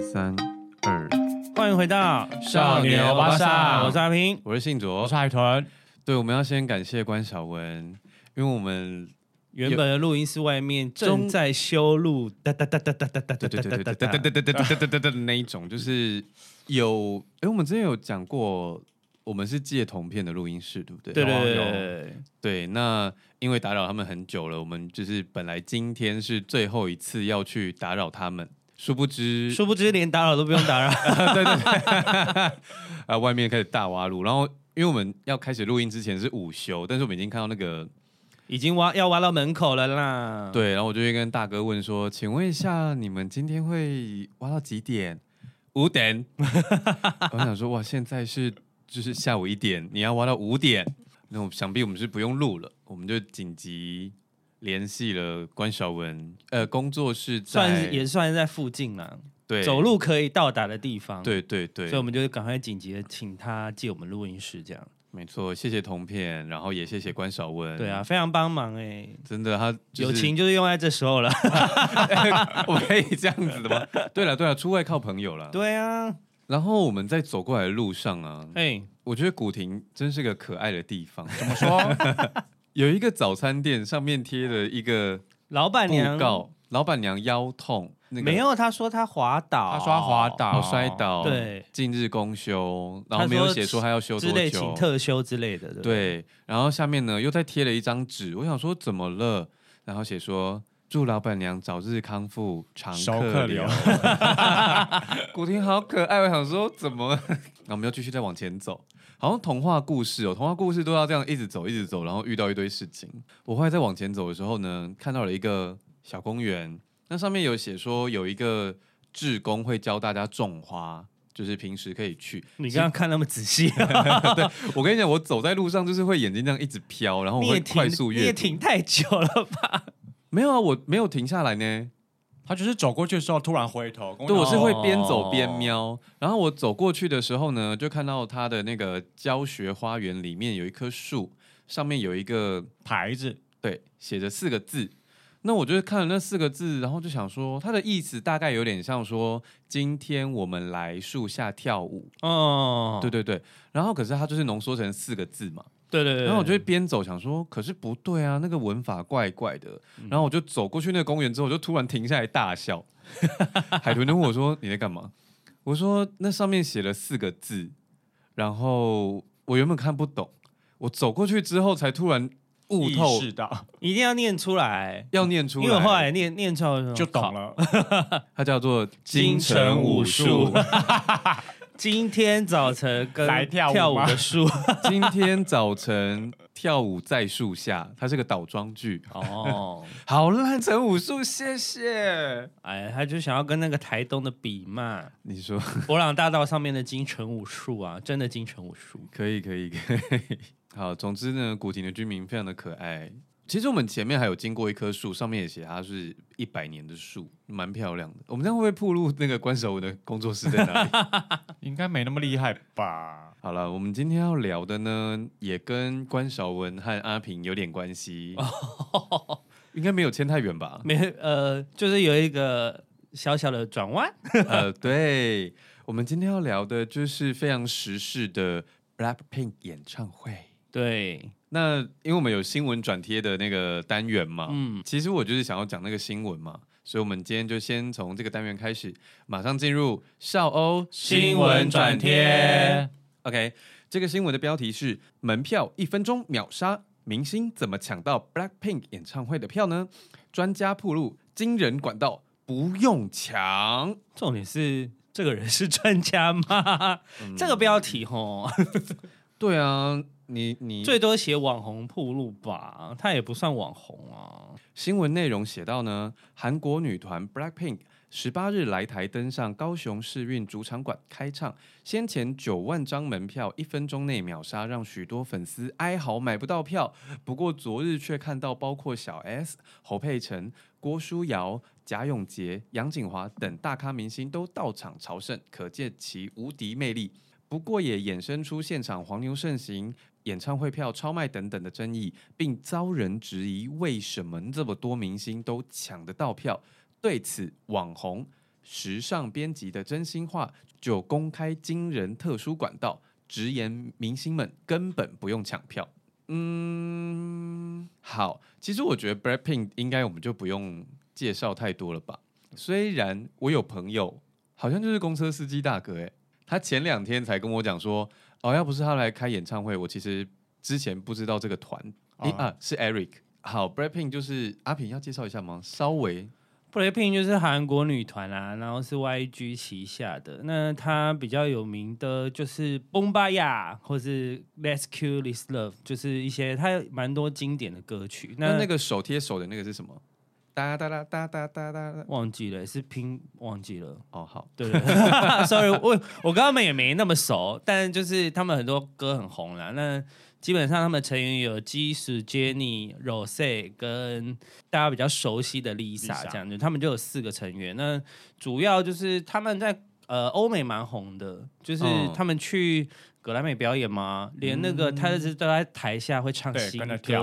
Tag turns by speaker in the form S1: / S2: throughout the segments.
S1: 三二，
S2: 欢迎回到
S3: 少年欧巴桑
S2: 我是阿平。
S1: 我是信
S3: 我
S1: 卓
S3: 是。海豚，
S1: 对，我们要先感谢关晓雯，因为我们
S2: 原本的录音室外面
S1: 中
S2: 正在修路，哒哒哒哒哒哒哒
S1: 对对
S2: 哒
S1: 对对
S2: 哒哒
S1: 对对
S2: 哒
S1: 对
S2: 哒。
S1: 对对对对对那一种，就是有哎，我们之前有讲过，我们是借同片的录音室，对不对？
S2: 对对对
S1: 有啊有
S2: 对，
S1: 对，那因为打扰他们很久了，我们就是本来今天是最后一次要去打扰他们，殊不知
S2: 对殊不知连打扰都不用打扰。
S1: 对对对，啊，外面开始大挖路，然后因为我们要开始录音之前是午休，但是我们已经看到那个
S2: 已经挖要挖到门口了啦。，
S1: 对，然后我就会跟大哥问说，请问一下你们今天会挖到几点？五点。 我想说哇，现在是就是下午一点，你要挖到五点，那我想必我们是不用录了，我们就紧急联系了关晓雯，呃，工作室在
S2: 算是也算是在附近啦，
S1: 对
S2: 走，路可以到达的地方。，
S1: 对对对，
S2: 所以我们就赶快紧急的请他借我们录音室，这样。
S1: 没错，谢谢同片，然后也谢谢关晓雯。
S2: 对啊，，非常帮忙哎。
S1: 真的，他、
S2: 友情，就是用在这时候了。
S1: 我可以这样子的吗？对了，对了，出外靠朋友了。，
S2: 对啊，
S1: 然后我们在走过来的路上啊，
S2: 哎，
S1: 我觉得古亭真是个可爱的地方。
S3: 怎么说？
S1: 有一个早餐店上面贴了一个
S2: 老板娘
S1: 布告，老板娘腰痛，那个
S2: 没有，他说他滑倒，
S3: 他说他滑倒
S1: 哦摔倒，
S2: 对，
S1: 近日公休，然后没有写说他要休
S2: 之
S1: 多
S2: 类，请
S1: 久，
S2: 特休之类的。不，
S1: 对，然后下面呢又再贴了一张纸，我想说怎么了，然后写说祝老板娘早日康复，常
S3: 熟
S1: 客
S3: 客
S1: 流
S3: 流。
S1: 古亭好可爱，我想说怎么 了？那我们要继续再往前走，好像童话故事哦，童话故事都要这样一直走，一直走，然后遇到一堆事情。我后来再往前走的时候呢，看到了一个小公园，那上面有写说有一个志工会教大家种花，就是平时可以去。
S2: 你刚刚看那么仔细，啊
S1: 我跟你讲，我走在路上就是会眼睛这样一直飘，然后
S2: 你
S1: 我
S2: 也
S1: 会
S2: 停
S1: 快速
S2: 你
S1: 阅
S2: 也
S1: 读。
S2: 停太久了吧？
S1: 没有啊，我没有停下来呢。
S3: 他就是走过去的时候突然回头，
S2: 哦
S3: 跟
S1: 对，我
S3: 讲
S1: 是会边走边瞄。然后我走过去的时候呢，就看到他的那个教学花园里面有一棵树，上面有一个
S3: 牌子，
S1: 对写着四个字。那我就看了那四个字，然后就想说，它的意思大概有点像说，今天我们来树下跳舞。
S2: 哦，
S1: 对对对。然后可是它就是浓缩成四个字嘛。
S2: 对对对，
S1: 然后我就会边走想说，可是不对啊，那个文法怪怪的。
S2: 嗯
S1: 然后我就走过去那个公园之后，我就突然停下来大笑。 海豚就问我说：“你在干嘛？”我说：“那上面写了四个字。”然后我原本看不懂，我走过去之后才突然悟
S3: 意
S1: 透，
S3: 识到
S2: 一定要念出来，
S1: 要念出
S2: 因
S1: 来。
S2: 为我后来念念出来我说
S3: 就懂了。
S1: 它叫做
S2: 金城武术。今天早晨跟
S3: 来跳舞吗
S2: 跳舞 的树
S1: 今天早晨跳舞在树下，它是个倒装句。
S2: 哦，
S1: 好烂，陈武术，谢谢。
S2: 哎，他就想要跟那个台东的比嘛，
S1: 你说。
S2: 博朗大道上面的金城武术啊，真的金城武术，
S1: 可以，可以，可以。 好，总之呢，古亭的居民非常的可爱。其实我们前面还有经过一棵树，上面也写它是一百年的树，蛮漂亮的。我们这样会不会暴露那个关守文的工作室在哪里？
S3: 应该没那么厉害吧？
S1: 好了，我们今天要聊的呢，也跟关晓雯和阿平有点关系，应该没有牵太远 吧？
S2: 没呃，就是有一个小小的转弯，
S1: 呃，对，我们今天要聊的就是非常时事的 BLACKPINK 演唱会。
S2: 对，
S1: 那因为我们有新闻转贴的那个单元嘛，嗯，其实我就是想要讲那个新闻嘛，所以我们今天就先从这个单元开始，马上进入少欧
S2: 新闻转贴。
S1: OK，这个新闻的标题是“门票一分钟秒杀，明星怎么抢到 BLACKPINK 演唱会的票呢？”专家铺路，惊人管道，不用抢。
S2: 重点是这个人是专家吗？这个标题吼，
S1: 对啊，你你
S2: 最多写网红铺路吧，他也不算网红啊。
S1: 新闻内容写到呢，韩国女团 BLACKPINK 十八日来台登上高雄世运主场馆开唱，先前九万张门票一分钟内秒杀，让许多粉丝哀嚎买不到票。不过昨日却看到包括小 S、侯佩岑、郭书瑶、贾永杰、杨景华等大咖明星都到场朝圣，可见其无敌魅力。不过也衍生出现场黄牛盛行、演唱会票超卖等等的争议，并遭人质疑为什么这么多明星都抢得到票。对此，网红时尚编辑的真心话就公开惊人特殊管道，直言明星们根本不用抢票。嗯，好，其实我觉得 Blackpink 应该我们就不用介绍太多了吧。虽然我有朋友好像就是公车司机大哥、欸，他前两天才跟我讲说，哦，要不是他来开演唱会，我其实之前不知道这个团。诶
S3: 啊
S1: 啊，是 Eric。好，Blackpink 就是阿平要介绍一下吗？稍微
S2: BLACKPINK 就是韩国女团啊，然后是 YG 旗下的。那她比较有名的就是《崩巴呀》或是《Let's Kill This Love》，就是一些她有蛮多经典的歌曲。
S1: 那
S2: 那
S1: 那
S2: 那个
S1: 个手贴手的那个是什么？哒哒哒哒哒哒哒哒。
S2: 忘记了，是拼忘记了。
S1: 哦，好，
S2: 对 对对，sorry，我我跟他们也没那么熟，但就是他们很多歌很红啦。那基本上他们成员有基石 Jennie、Rose 跟大家比较熟悉的 Lisa
S3: Lisa
S2: 这样子，他们就有四个成员。那主要就是他们在呃欧美蛮红的，就是
S1: 嗯
S2: 他们去格莱美表演嘛，连那个他就是都在台下会唱
S3: 对
S2: 新
S3: 跟着
S2: 歌
S3: 跳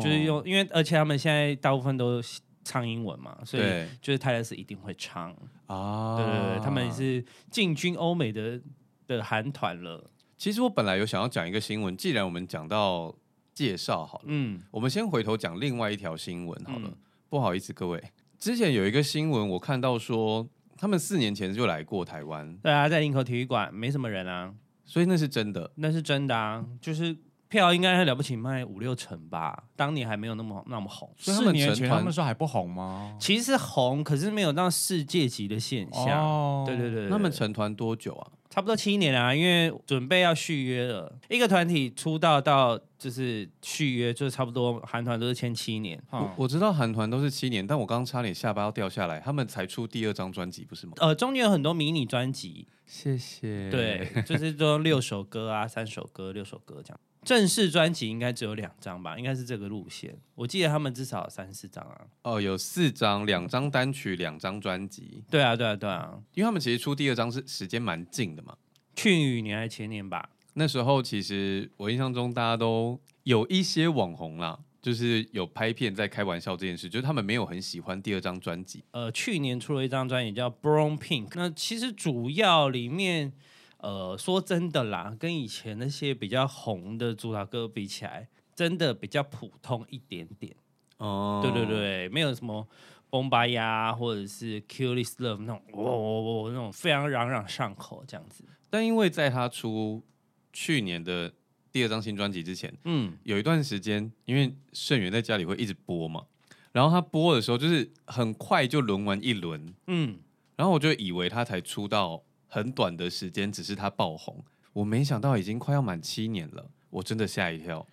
S1: 哦
S2: 就是用因为而且他们现在大部分都唱英文嘛，所以
S1: 对
S2: 就是泰勒斯一定会唱。
S1: 啊，
S2: 对对对，他们。是进军欧美的的韩团了。
S1: 其实我本来有想要讲一个新闻，既然我们讲到介绍好了，
S2: 嗯，
S1: 我们先回头讲另外一条新闻好了。
S2: 嗯
S1: 不好意思，各位，之前有一个新闻，我看到说他们四年前就来过台湾，
S2: 对啊，在林口体育馆没什么人啊，
S1: 所以那是真的。
S2: 那是真的啊，就是票应该还了不起卖五六成吧，当年还没有那么那么红。
S1: 所以他们
S3: 四年
S1: 成
S3: 前
S1: 团
S3: 他们说还不红吗？
S2: 其实红，可是没有到世界级的现象。
S3: 哦
S2: 对对对对，
S1: 他们
S2: 对
S1: 成团多久啊？
S2: 差不多七年啊，因为准备要续约了。一个团体出道到就是续约，就差不多韩团都是签七年。
S1: 我
S3: 嗯
S1: 我知道韩团都是七年，但我刚刚差点下巴要掉下来。他们才出第二张专辑，不是吗？
S2: 呃，中间有很多迷你专辑，
S1: 谢谢。
S2: 对，就是说六首歌啊，三首歌，六首歌这样。正式专辑应该只有两张吧，应该是这个路线。我记得他们至少有三四张啊。
S1: 哦，有四张，两张单曲，两张专辑，
S2: 对啊，对啊，对啊，
S1: 因为他们其实出第二张是时间蛮近的嘛。
S2: 去年还是前年吧。
S1: 那时候其实我印象中大家都有一些网红啦，就是有拍片在开玩笑这件事，就是他们没有很喜欢第二张专辑。
S2: 呃，去年出了一张专辑叫《Brown Pink》，那其实主要里面，呃，说真的啦，跟以前那些比较红的主打歌比起来，真的比较普通一点点。
S1: 哦
S2: 对对，对，没有什么崩巴呀，或者是 Kill This Love 那种，哇哇哇哇那种非常朗朗上口这样子。
S1: 但因为在他出去年的第二张新专辑之前，
S2: 嗯，
S1: 有一段时间，因为盛元在家里会一直播嘛，然后他播的时候就是很快就轮完一轮，
S2: 嗯，
S1: 然后我就以为他才出道很短的时间，只是他爆红，我没想到已经快要满七年了，我真的吓一跳。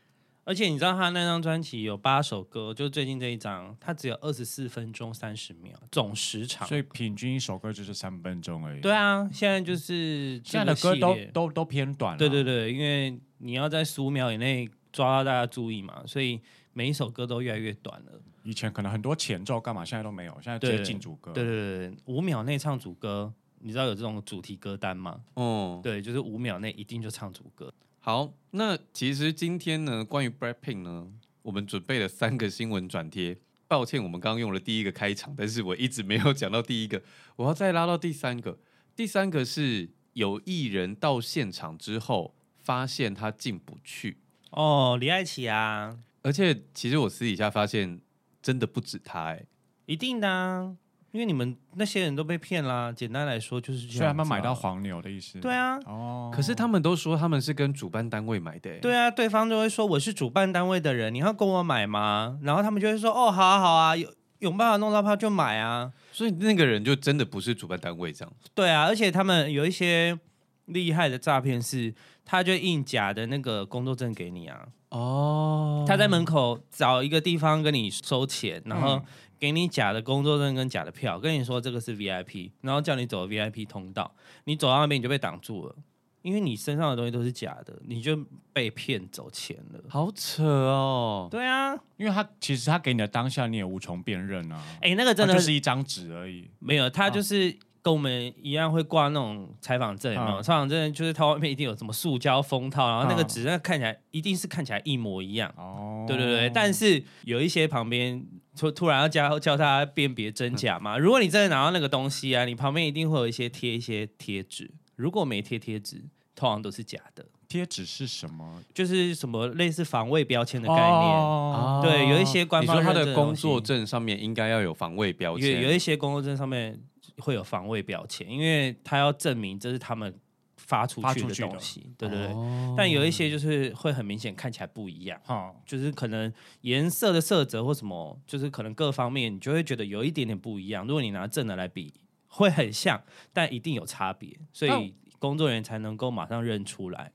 S2: 而且你知道他那张专辑有八首歌，就最近这一张，它只有二十四分钟三十秒，总时长。
S3: 所以平均一首歌就是三分钟而已。
S2: 对，啊，现在就是
S3: 现
S2: 这
S3: 在的
S2: 个
S3: 歌
S2: 系
S3: 都
S2: 列
S3: 都都偏短。
S2: 对对，对，因为你要在十五秒以内抓到大家注意嘛，所以每一首歌都越来越短了。
S3: 以前可能很多前奏干嘛，现在都没有，现在
S2: 对
S3: 直接进主歌。
S2: 对对对对，五秒内唱主歌，你知道有这种主题歌单吗？
S1: 哦、
S2: 对，就是五秒内一定就唱主歌。
S1: 好，那其实今天呢，关于 Blackpink 呢，我们准备了三个新闻转贴。抱歉，我们刚刚用了第一个开场，但是我一直没有讲到第一个，我要再拉到第三个。第三个是有艺人到现场之后，发现他进不去，
S2: 哦，李艾琪啊，
S1: 而且其实我私底下发现，真的不止他、欸，
S2: 一定的、啊，因为你们那些人都被骗啦。简单来说就是这样、啊
S3: 所以他们买到。黄牛的意思。
S2: 对，啊，
S3: 哦，
S1: 可是他们都说他们是跟主办单位买的、欸，
S2: 对啊，对方就会说我是主办单位的人，你要跟我买吗？然后他们就会说哦，好啊好啊，有有办法弄到票就买啊。
S1: 所以那个人就真的不是主办单位这样。
S2: 对啊，而且他们有一些厉害的诈骗是，他就印假的那个工作证给你啊，
S1: 哦
S2: 他在门口找一个地方跟你收钱，然后给你假的工作证跟假的票，跟你说这个是 VIP，然后叫你走 VIP 通道，你走到那边你就被挡住了，因为你身上的东西都是假的，你就被骗走钱了。
S1: 好扯哦，
S2: 对啊，
S3: 因为他其实他给你的当下你也无从辨认啊，
S2: 哎、那个真
S3: 它
S2: 的
S3: 就是一张纸而已。
S2: 没有，他就是跟我们一样会挂那种采访证，有没有
S3: 啊
S2: 采访证就是它外面一定有什么塑胶封套，然后那个
S3: 啊
S2: 纸那看起来一定是看起来一模一样。
S3: 哦，
S2: 对对对，但是有一些旁边突突然要教教他辨别
S3: 嗯
S2: 真假嘛。如果你真的拿到那个东西啊，你旁边一定会有一些贴一些贴纸，如果没贴贴纸，通常都是假的，
S3: 贴纸是什么
S2: 就是什么类似防卫标签的概念。
S3: 哦
S2: 对，有一些官
S1: 你
S2: 方
S1: 说他
S2: 认
S1: 的
S2: 证东
S1: 工作
S2: 西
S1: 证上面应该要有防卫标
S2: 有
S1: 签，
S2: 有一些工作证上面会有防卫标签，因为他要证明这是他们发出
S3: 发
S2: 去
S3: 出
S2: 的
S3: 去的
S2: 东西，对对对。
S1: 哦
S2: 但有一些就是会很明显看起来不一样，
S3: 好，
S2: 就是可能颜色的色泽或什么，就是可能各方面你就会觉得有一点点不一样。如果你拿正的来比，会很像，但一定有差别，所以工作人员才能够马上认出来。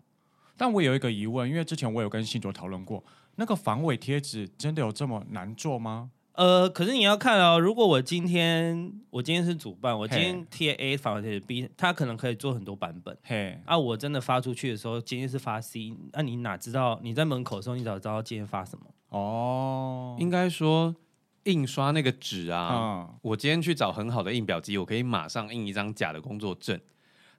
S3: 但我有一个疑问，因为之前我有跟信卓讨论过，那个防伪贴纸真的有这么难做吗？
S2: 呃，可是你要看哦，如果我今天我今天是主办，我今天
S3: 嘿
S2: 贴 A 反而贴 B，它可能可以做很多版本。
S3: 嘿，
S2: 啊，我真的发出去的时候，今天是发 C，那、你哪知道？你在门口的时候，你早知道今天发什么？
S3: 哦，
S1: 应该说印刷那个纸啊，
S3: 嗯，
S1: 我今天去找很好的印表机，我可以马上印一张假的工作证。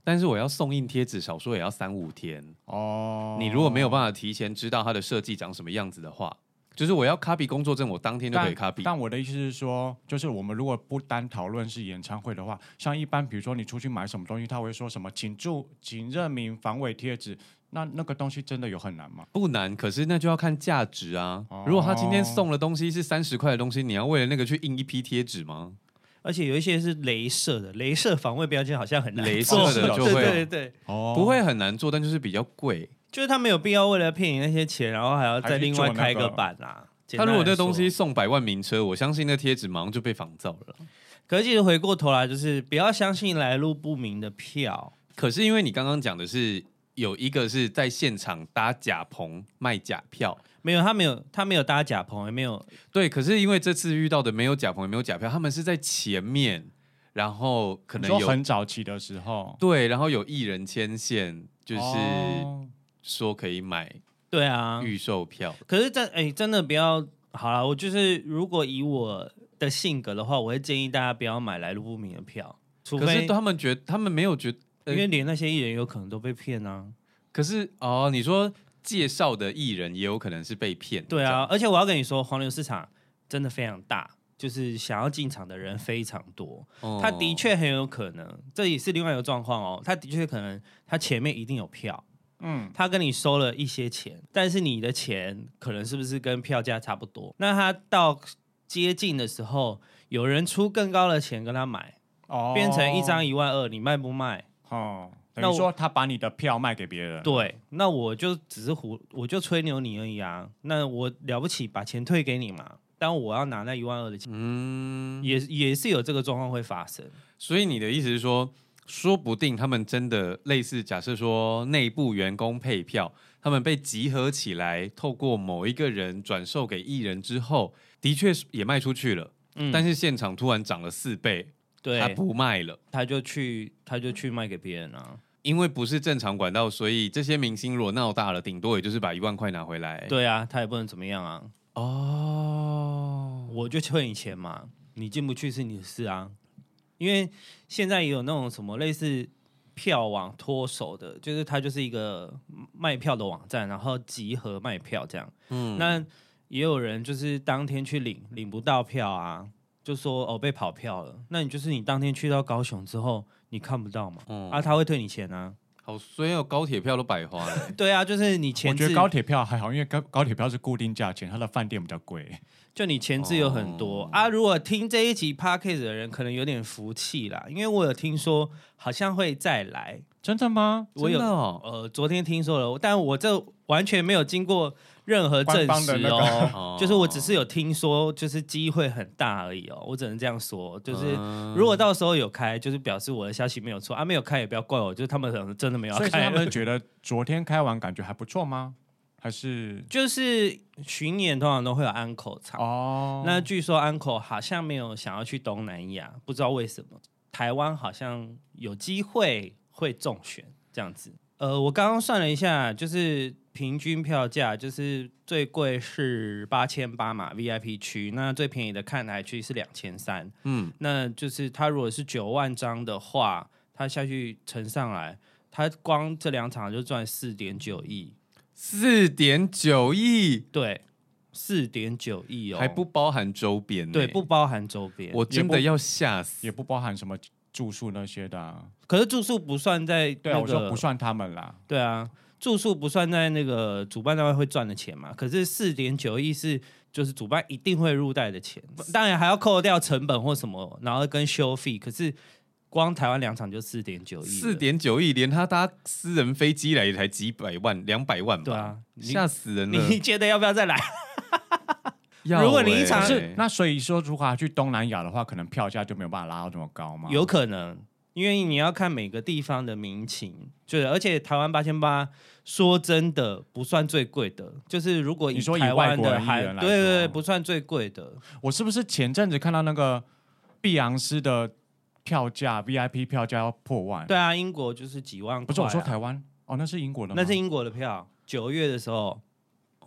S1: 但是我要送印贴纸，少说也要三五天。
S3: 哦，
S1: 你如果没有办法提前知道它的设计长什么样子的话，就是我要 copy 工作证，我当天就可以 copy。
S3: 但我的意思是说，就是我们如果不单讨论是演唱会的话，像一般比如说你出去买什么东西，他会说什么请注请认明防伪贴纸，那那个东西真的有很难吗？
S1: 不难，可是那就要看价值啊
S3: 哦。
S1: 如果他今天送的东西是三十块的东西，你要为了那个去印一批贴纸吗？
S2: 而且有一些是镭射的，镭射防卫标签好像很难
S1: 镭
S2: 做，
S1: 射的
S3: 哦是
S1: 就
S2: 对对
S1: 会
S2: 对对，
S3: 哦
S1: 不会很难做，但就是比较贵。
S2: 就是他没有必要为了骗你那些钱，然后还要再另外开一个版啦、简
S1: 他
S2: 单
S1: 如果
S2: 来
S1: 这东西
S2: 说，
S1: 送百万名车，我相信那贴纸马上就被仿造了。
S2: 可是其实回过头来，就是不要相信来路不明的票。
S1: 可是因为你刚刚讲的是有一个是在现场搭假棚卖假票，
S2: 没有，他没有，他没有搭假棚，也没有
S1: 对。可是因为这次遇到的没有假棚也没有假票，他们是在前面，然后可
S3: 你
S1: 能
S3: 说
S1: 有
S3: 很早期的时候，
S1: 对，然后有艺人牵线，就是
S3: 哦
S1: 说可以买
S2: 对啊，
S1: 预售票。
S2: 可是真哎、真的不要好了。我就是如果以我的性格的话，我会建议大家不要买来路不明的票，除
S1: 可是
S2: 非
S1: 他们觉他们没有觉呃嗯
S2: 因为连那些艺人有可能都被骗啊。
S1: 可是哦，你说介绍的艺人也有可能是被骗，
S2: 对啊，而且我要跟你说，黄牛市场真的非常大。就是想要进场的人非常多，
S1: 这样，
S2: 他的
S1: 哦，
S2: 确很有可能，这也是另外一个状况哦。他的确可能，他前面一定有票，
S3: 嗯，
S2: 他跟你收了一些钱，但是你的钱可能是不是跟票价差不多？那他到接近的时候，有人出更高的钱跟他买，
S3: 哦，
S2: 变成一张一万二，你卖不卖？
S3: 哦，
S2: 那
S3: 等
S2: 我
S3: 于说他把你的票卖给别人，，
S2: 对，那我就只是胡，我就吹牛你而已啊。那我了不起把钱退给你嘛？但我要拿那一万二的钱，
S1: 嗯，
S2: 也也是有这个状况会发生。
S1: 所以你的意思是说，说不定他们真的类似，假设说内部员工配票，他们被集合起来，透过某一个人转售给艺人之后，的确是也卖出去了，
S2: 嗯，
S1: 但是现场突然涨了四倍，他
S2: 对，
S1: 不卖了。
S2: 他就去他就去卖给别人啊。
S1: 因为不是正常管道，所以这些明星如果闹大了，顶多也就是把一万块拿回来。
S2: 对啊，他也不能怎么样啊。
S1: 哦，
S2: 我就退你钱嘛，你进不去是你的事啊。因为现在也有那种什么类似票网脱手的，就是它就是一个卖票的网站，然后集合卖票这样。嗯，那也有人就是当天去领，领不到票啊，就说哦被跑票了。那你就是你当天去到高雄之后，你看不到嘛？
S1: 嗯
S2: 啊，他会退你钱啊。
S1: 好衰哦，高铁票都白花了。
S2: 对啊，就是你
S3: 我
S2: 前
S3: 觉
S2: 置
S3: 得高铁票还好，因为高高铁票是固定价钱，它的饭店比较贵。
S2: 就你前置有很多、啊，如果听这一集 podcast 的人可能有点福气啦，因为我有听说好像会再来，
S3: 真的吗？
S2: 我有
S1: 真的哦
S2: 呃昨天听说了，但我这完全没有经过任何证
S3: 官方
S2: 实
S3: 的那个
S2: 哦，
S1: 哦
S2: 就是我只是有听说，就是机会很大而已哦，我只能这样说，就是。
S1: 嗯
S2: 如果到时候有开，就是表示我的消息没有错啊，没有开也不要怪我，就是他们可能真的没有要
S3: 所以是
S2: 开
S3: 他。们觉得昨天开完感觉还不错吗？还是
S2: 就是巡演通常都会有安口场，
S3: 哦？
S2: 那据说安口好像没有想要去东南亚，不知道为什么。台湾好像有机会会中选这样子。呃，我刚刚算了一下，就是平均票价，就是最贵是八千八嘛，VIP 区，那最便宜的看台区是两千三。
S1: 嗯，
S2: 那就是他如果是九万张的话，他下去乘上来，他光这两场就赚四点九亿。
S1: 四点九亿，
S2: 对，四点九亿哦，
S1: 还不包含周边、呢
S2: 对，不包含周边。
S1: 我真的要吓死
S3: 也。不包含什么住宿那些的、啊。
S2: 可是住宿不算在、那个，
S3: 对啊，我说不算他们啦。
S2: 对啊，住宿不算在那个主办单位会赚的钱嘛。可是四点九亿是就是主办一定会入袋的钱，当然还要扣掉成本或什么，然后跟修费。可是光台湾两场就四点九亿了，
S1: 四点九亿，连他搭私人飞机来也才几百万、两百万吧，
S2: 对啊，你
S1: 吓死人了！
S2: 你觉得要不要 再来？
S1: 要
S2: 如果你一
S1: 欸
S2: 场
S3: 可是那所以说，如果他去东南亚的话，可能票价就没有办法拉到这么高嘛。
S2: 有可能，因为你要看每个地方的民情，就是而且台湾八千八，说真的不算最贵的，就是如果
S3: 你说以
S2: 台
S3: 外
S2: 湾
S3: 国
S2: 的
S3: 人
S2: 还
S3: 艺人来
S2: 对对对，
S3: 说
S2: 不算最贵的，
S3: 我是不是前阵子看到那个碧昂斯的票价 VIP 票价要破万？
S2: 对，啊，英国就是几万块、啊，
S3: 不是我说台湾哦，那是英国的吗，
S2: 那是英国的票，九月的时候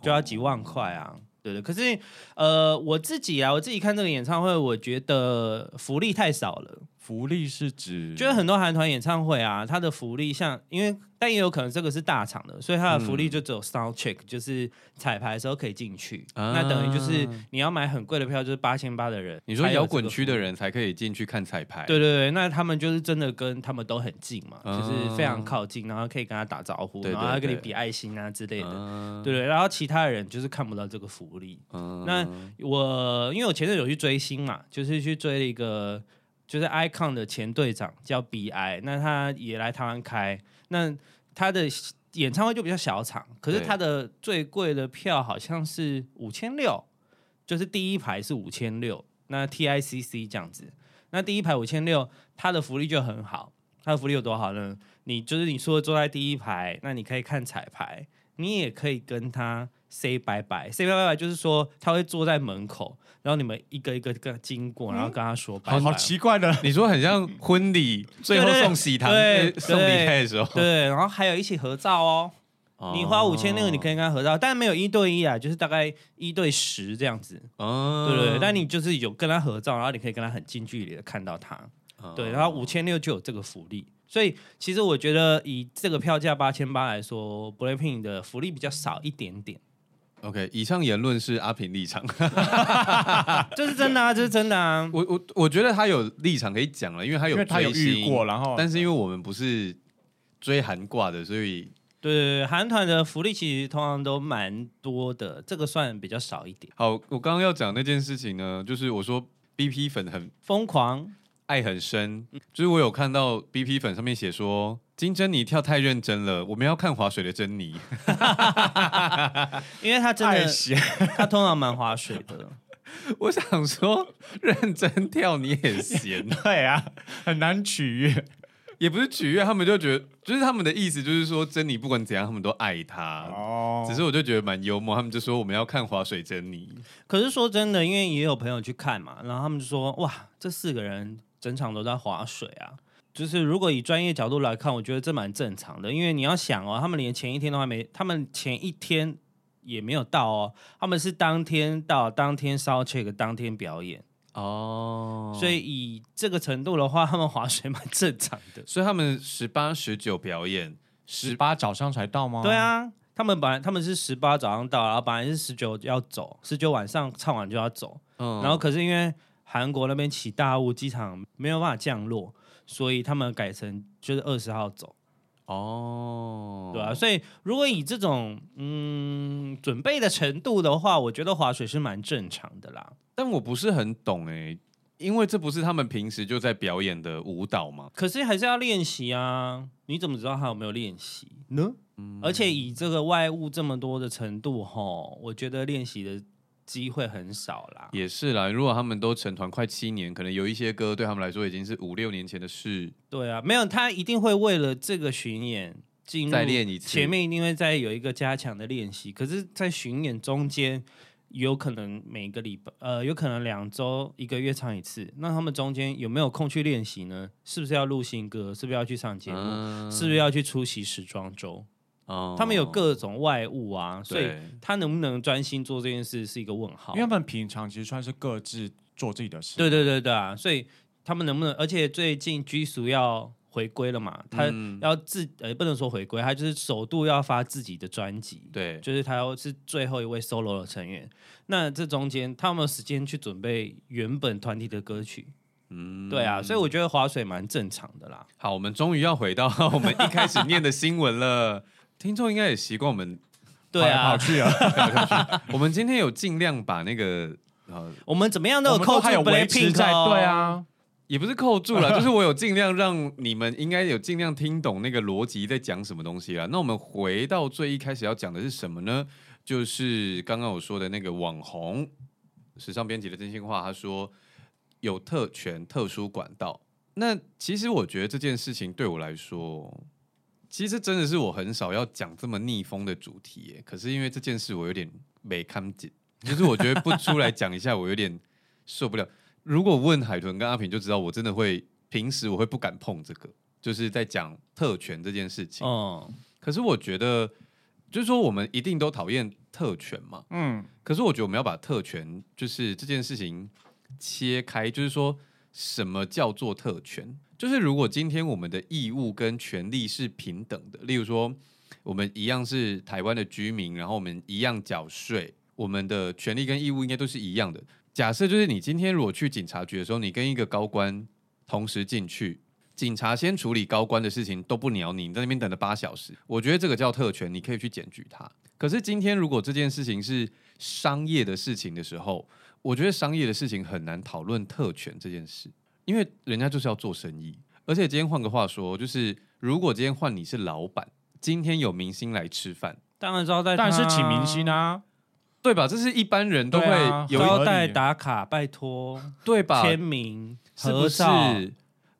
S2: 就要几万块啊。对对，可是呃，我自己啊，我自己看这个演唱会，我觉得福利太少了。
S3: 福利是指
S2: 就是很多韩团演唱会啊，它的福利像，因为但也有可能这个是大场的，所以它的福
S3: 嗯
S2: 利就只有 sound check，、就是彩排的时候可以进去。
S1: 啊
S2: 那等于就是你要买很贵的票，就是八千八的人。
S1: 你说
S2: 才有
S1: 摇滚区的
S2: 这个
S1: 人才可以进去看彩排，
S2: 福利，对对对，那他们就是真的跟他们都很近嘛，
S1: 啊
S2: 就是非常靠近，然后可以跟他打招呼，
S1: 对对
S2: 然后他跟你
S1: 对
S2: 比爱心啊之类的。
S1: 啊
S2: 对对，然后其他人就是看不到这个福利。
S1: 嗯
S2: 那我因为我前阵有去追星嘛，就是去追了一个就是 Icon 的前队长叫 BI，那他也来台湾开，那他的演唱会就比较小场，可是
S1: 对
S2: 他的最贵的票好像是五千六，就是第一排是五千六，那 TICC 这样子，那第一排五千六，他的福利就很好，他的福利有多好呢？你就是你说坐在第一排，那你可以看彩排，你也可以跟他 say 拜拜，say 拜拜就是说他会坐在门口，然后你们一个一个跟他经过，然后跟他说拜
S3: 嗯
S2: 拜。
S3: 好好奇怪的，
S1: 你说很像婚礼最后
S2: 对对
S1: 送喜糖、
S2: 对
S1: 呃送礼袋的时
S3: 哦
S1: 候，
S2: 对，然后还有一起合照哦。你花五千六，你可
S1: 以，
S2: 以跟他合照，但没有一对一啊，就是大概一对十这样子，
S1: 哦
S2: 对对
S3: 嗯
S2: 对。但你就是有跟他合照，然后你可以跟他很近距离的看到他，
S1: 哦
S2: 对。然后五千六就有这个福利，所以其实我觉得以这个票价八千八来说，Blackpink 的福利比较少一点点，
S1: OK，以上言论是阿平立场，
S2: 这是真的啊，这是真的啊。
S1: 我我我觉得他有立场可以讲了，因为他有
S3: 因为他有
S1: 追星
S3: 遇过，，然后
S1: 但是因为我们不是追韩挂的，所以
S2: 对对对，韩团的福利其实通常都蛮多的，这个算比较少一点。
S1: 好，我刚刚要讲那件事情呢，就是我说 BP 粉很
S2: 疯狂，
S1: 爱很深，就是我有看到 BP 粉上面写说金珍妮跳太认真了，我们要看划水的珍妮。
S2: 因为他真
S3: 爱
S2: 的
S3: 惜
S2: 他通常蛮划水的。
S1: 我想说，认真跳你也闲，
S3: 对啊，很难取悦。
S1: 也不是取悦，他们就觉得，就是他们的意思就是说，珍妮不管怎样，他们都爱她。
S3: 哦，
S1: 只是我就觉得蛮幽默，他们就说我们要看划水珍妮，
S2: 可是说真的，因为也有朋友去看嘛，然后他们就说：“哇，这四个人整场都在划水啊！”就是如果以专业角度来看，我觉得这蛮正常的，因为你要想哦，他们连前一天都还没，他们前一天也没有到哦，他们是当天到，当天 sound check，当天表演，
S1: 哦
S2: 所以以这个程度的话，他们划水蛮正常的。
S1: 所以他们十八十九表演，
S3: 十
S1: 十
S3: 八早上才到吗？
S2: 对，啊，他们本来他们是十八早上到，然后本来是十九要走，十九晚上唱完就要走，
S1: 嗯
S2: 然后可是因为韩国那边起大雾，机场没有办法降落，所以他们改成就是二十号走，
S1: 哦，
S2: 对吧、啊所以如果以这种嗯准备的程度的话，我觉得划水是蛮正常的啦。
S1: 但我不是很懂哎、因为这不是他们平时就在表演的舞蹈吗？
S2: 可是还是要练习啊，你怎么知道他有没有练习呢？
S1: 嗯
S2: 而且以这个外物这么多的程度吼，我觉得练习的机会很少啦。
S1: 也是啦，如果他们都成团快七年，可能有一些歌对他们来说已经是五六年前的事。
S2: 对啊，没有他一定会为了这个巡演进入
S1: 再练一次
S2: 前面一定会再有一个加强的练习。可是，在巡演中间，有可能每个礼拜，呃，有可能两周、一个月唱一次。那他们中间有没有空去练习呢？是不是要录新歌？是不是要去上节目？
S1: 嗯
S2: 是不是要去出席时装周？
S1: 哦
S2: 他们有各种外务啊，所以
S1: 对
S2: 他能不能专心做这件事是一个问号
S3: 因为。他们平常其实算是各自做自己的事。
S2: 对对对对啊，所以他们能不能？而且最近 G 组要回归了嘛，他
S3: 嗯
S2: 要自呃不能说回归，他就是首度要发自己的专辑，
S1: 对，
S2: 就是他要是最后一位 solo 的成员。那这中间他有没有时间去准备原本团体的歌曲？嗯，对啊，所以我觉得划水蛮正常的啦。
S1: 好，我们终于要回到 我们一开始念的新闻 了。听众应该也习惯我们，
S2: 对啊
S3: 跑来跑，去啊，
S1: 我们今天有尽量把那个呃，
S2: 我们怎么样都
S3: 我
S2: 有
S3: 们
S2: 扣
S3: 都
S2: 住
S3: 还有
S2: b l a
S3: 维
S2: c k p
S3: 持
S2: i
S3: 在，对，啊，
S1: 也不是扣住了， 就是我有尽量让你们应该有尽量听懂那个逻辑在讲什么东西啦。那我们回到最一开始要讲的是什么呢？就是刚刚我说的那个网红时尚编辑的真心话，他说有特权、特殊管道。那其实我觉得这件事情对我来说，其实真的是我很少要讲这么逆风的主题耶。可是因为这件事，我有点没看紧，就是我觉得不出来讲一下，我有点受不了。如果问海豚跟阿平，就知道我真的会平时我会不敢碰这个，就是在讲特权这件事情。
S2: 嗯，
S1: 可是我觉得，就是说我们一定都讨厌特权嘛，
S3: 嗯，
S1: 可是我觉得我们要把特权就是这件事情切开，就是说什么叫做特权？就是如果今天我们的义务跟权利是平等的，例如说我们一样是台湾的居民，然后我们一样缴税，我们的权利跟义务应该都是一样的。假设就是你今天如果去警察局的时候，你跟一个高官同时进去，警察先处理高官的事情都不鸟你，你在那边等了八小时，我觉得这个叫特权，你可以去检举他。可是今天如果这件事情是商业的事情的时候，我觉得商业的事情很难讨论特权这件事，因为人家就是要做生意。而且今天换个话说，就是如果今天换你是老板，今天有明星来吃饭，
S2: 当然招待他
S3: 但
S2: 啊，
S3: 是请明星 啊，
S1: 对吧？这是一般人都会
S3: 对啊
S1: 有
S3: 合
S2: 招
S3: 理
S2: 待打卡，拜托
S1: 对吧？
S2: 签名
S1: 是
S2: 合
S1: 不是
S2: 照，？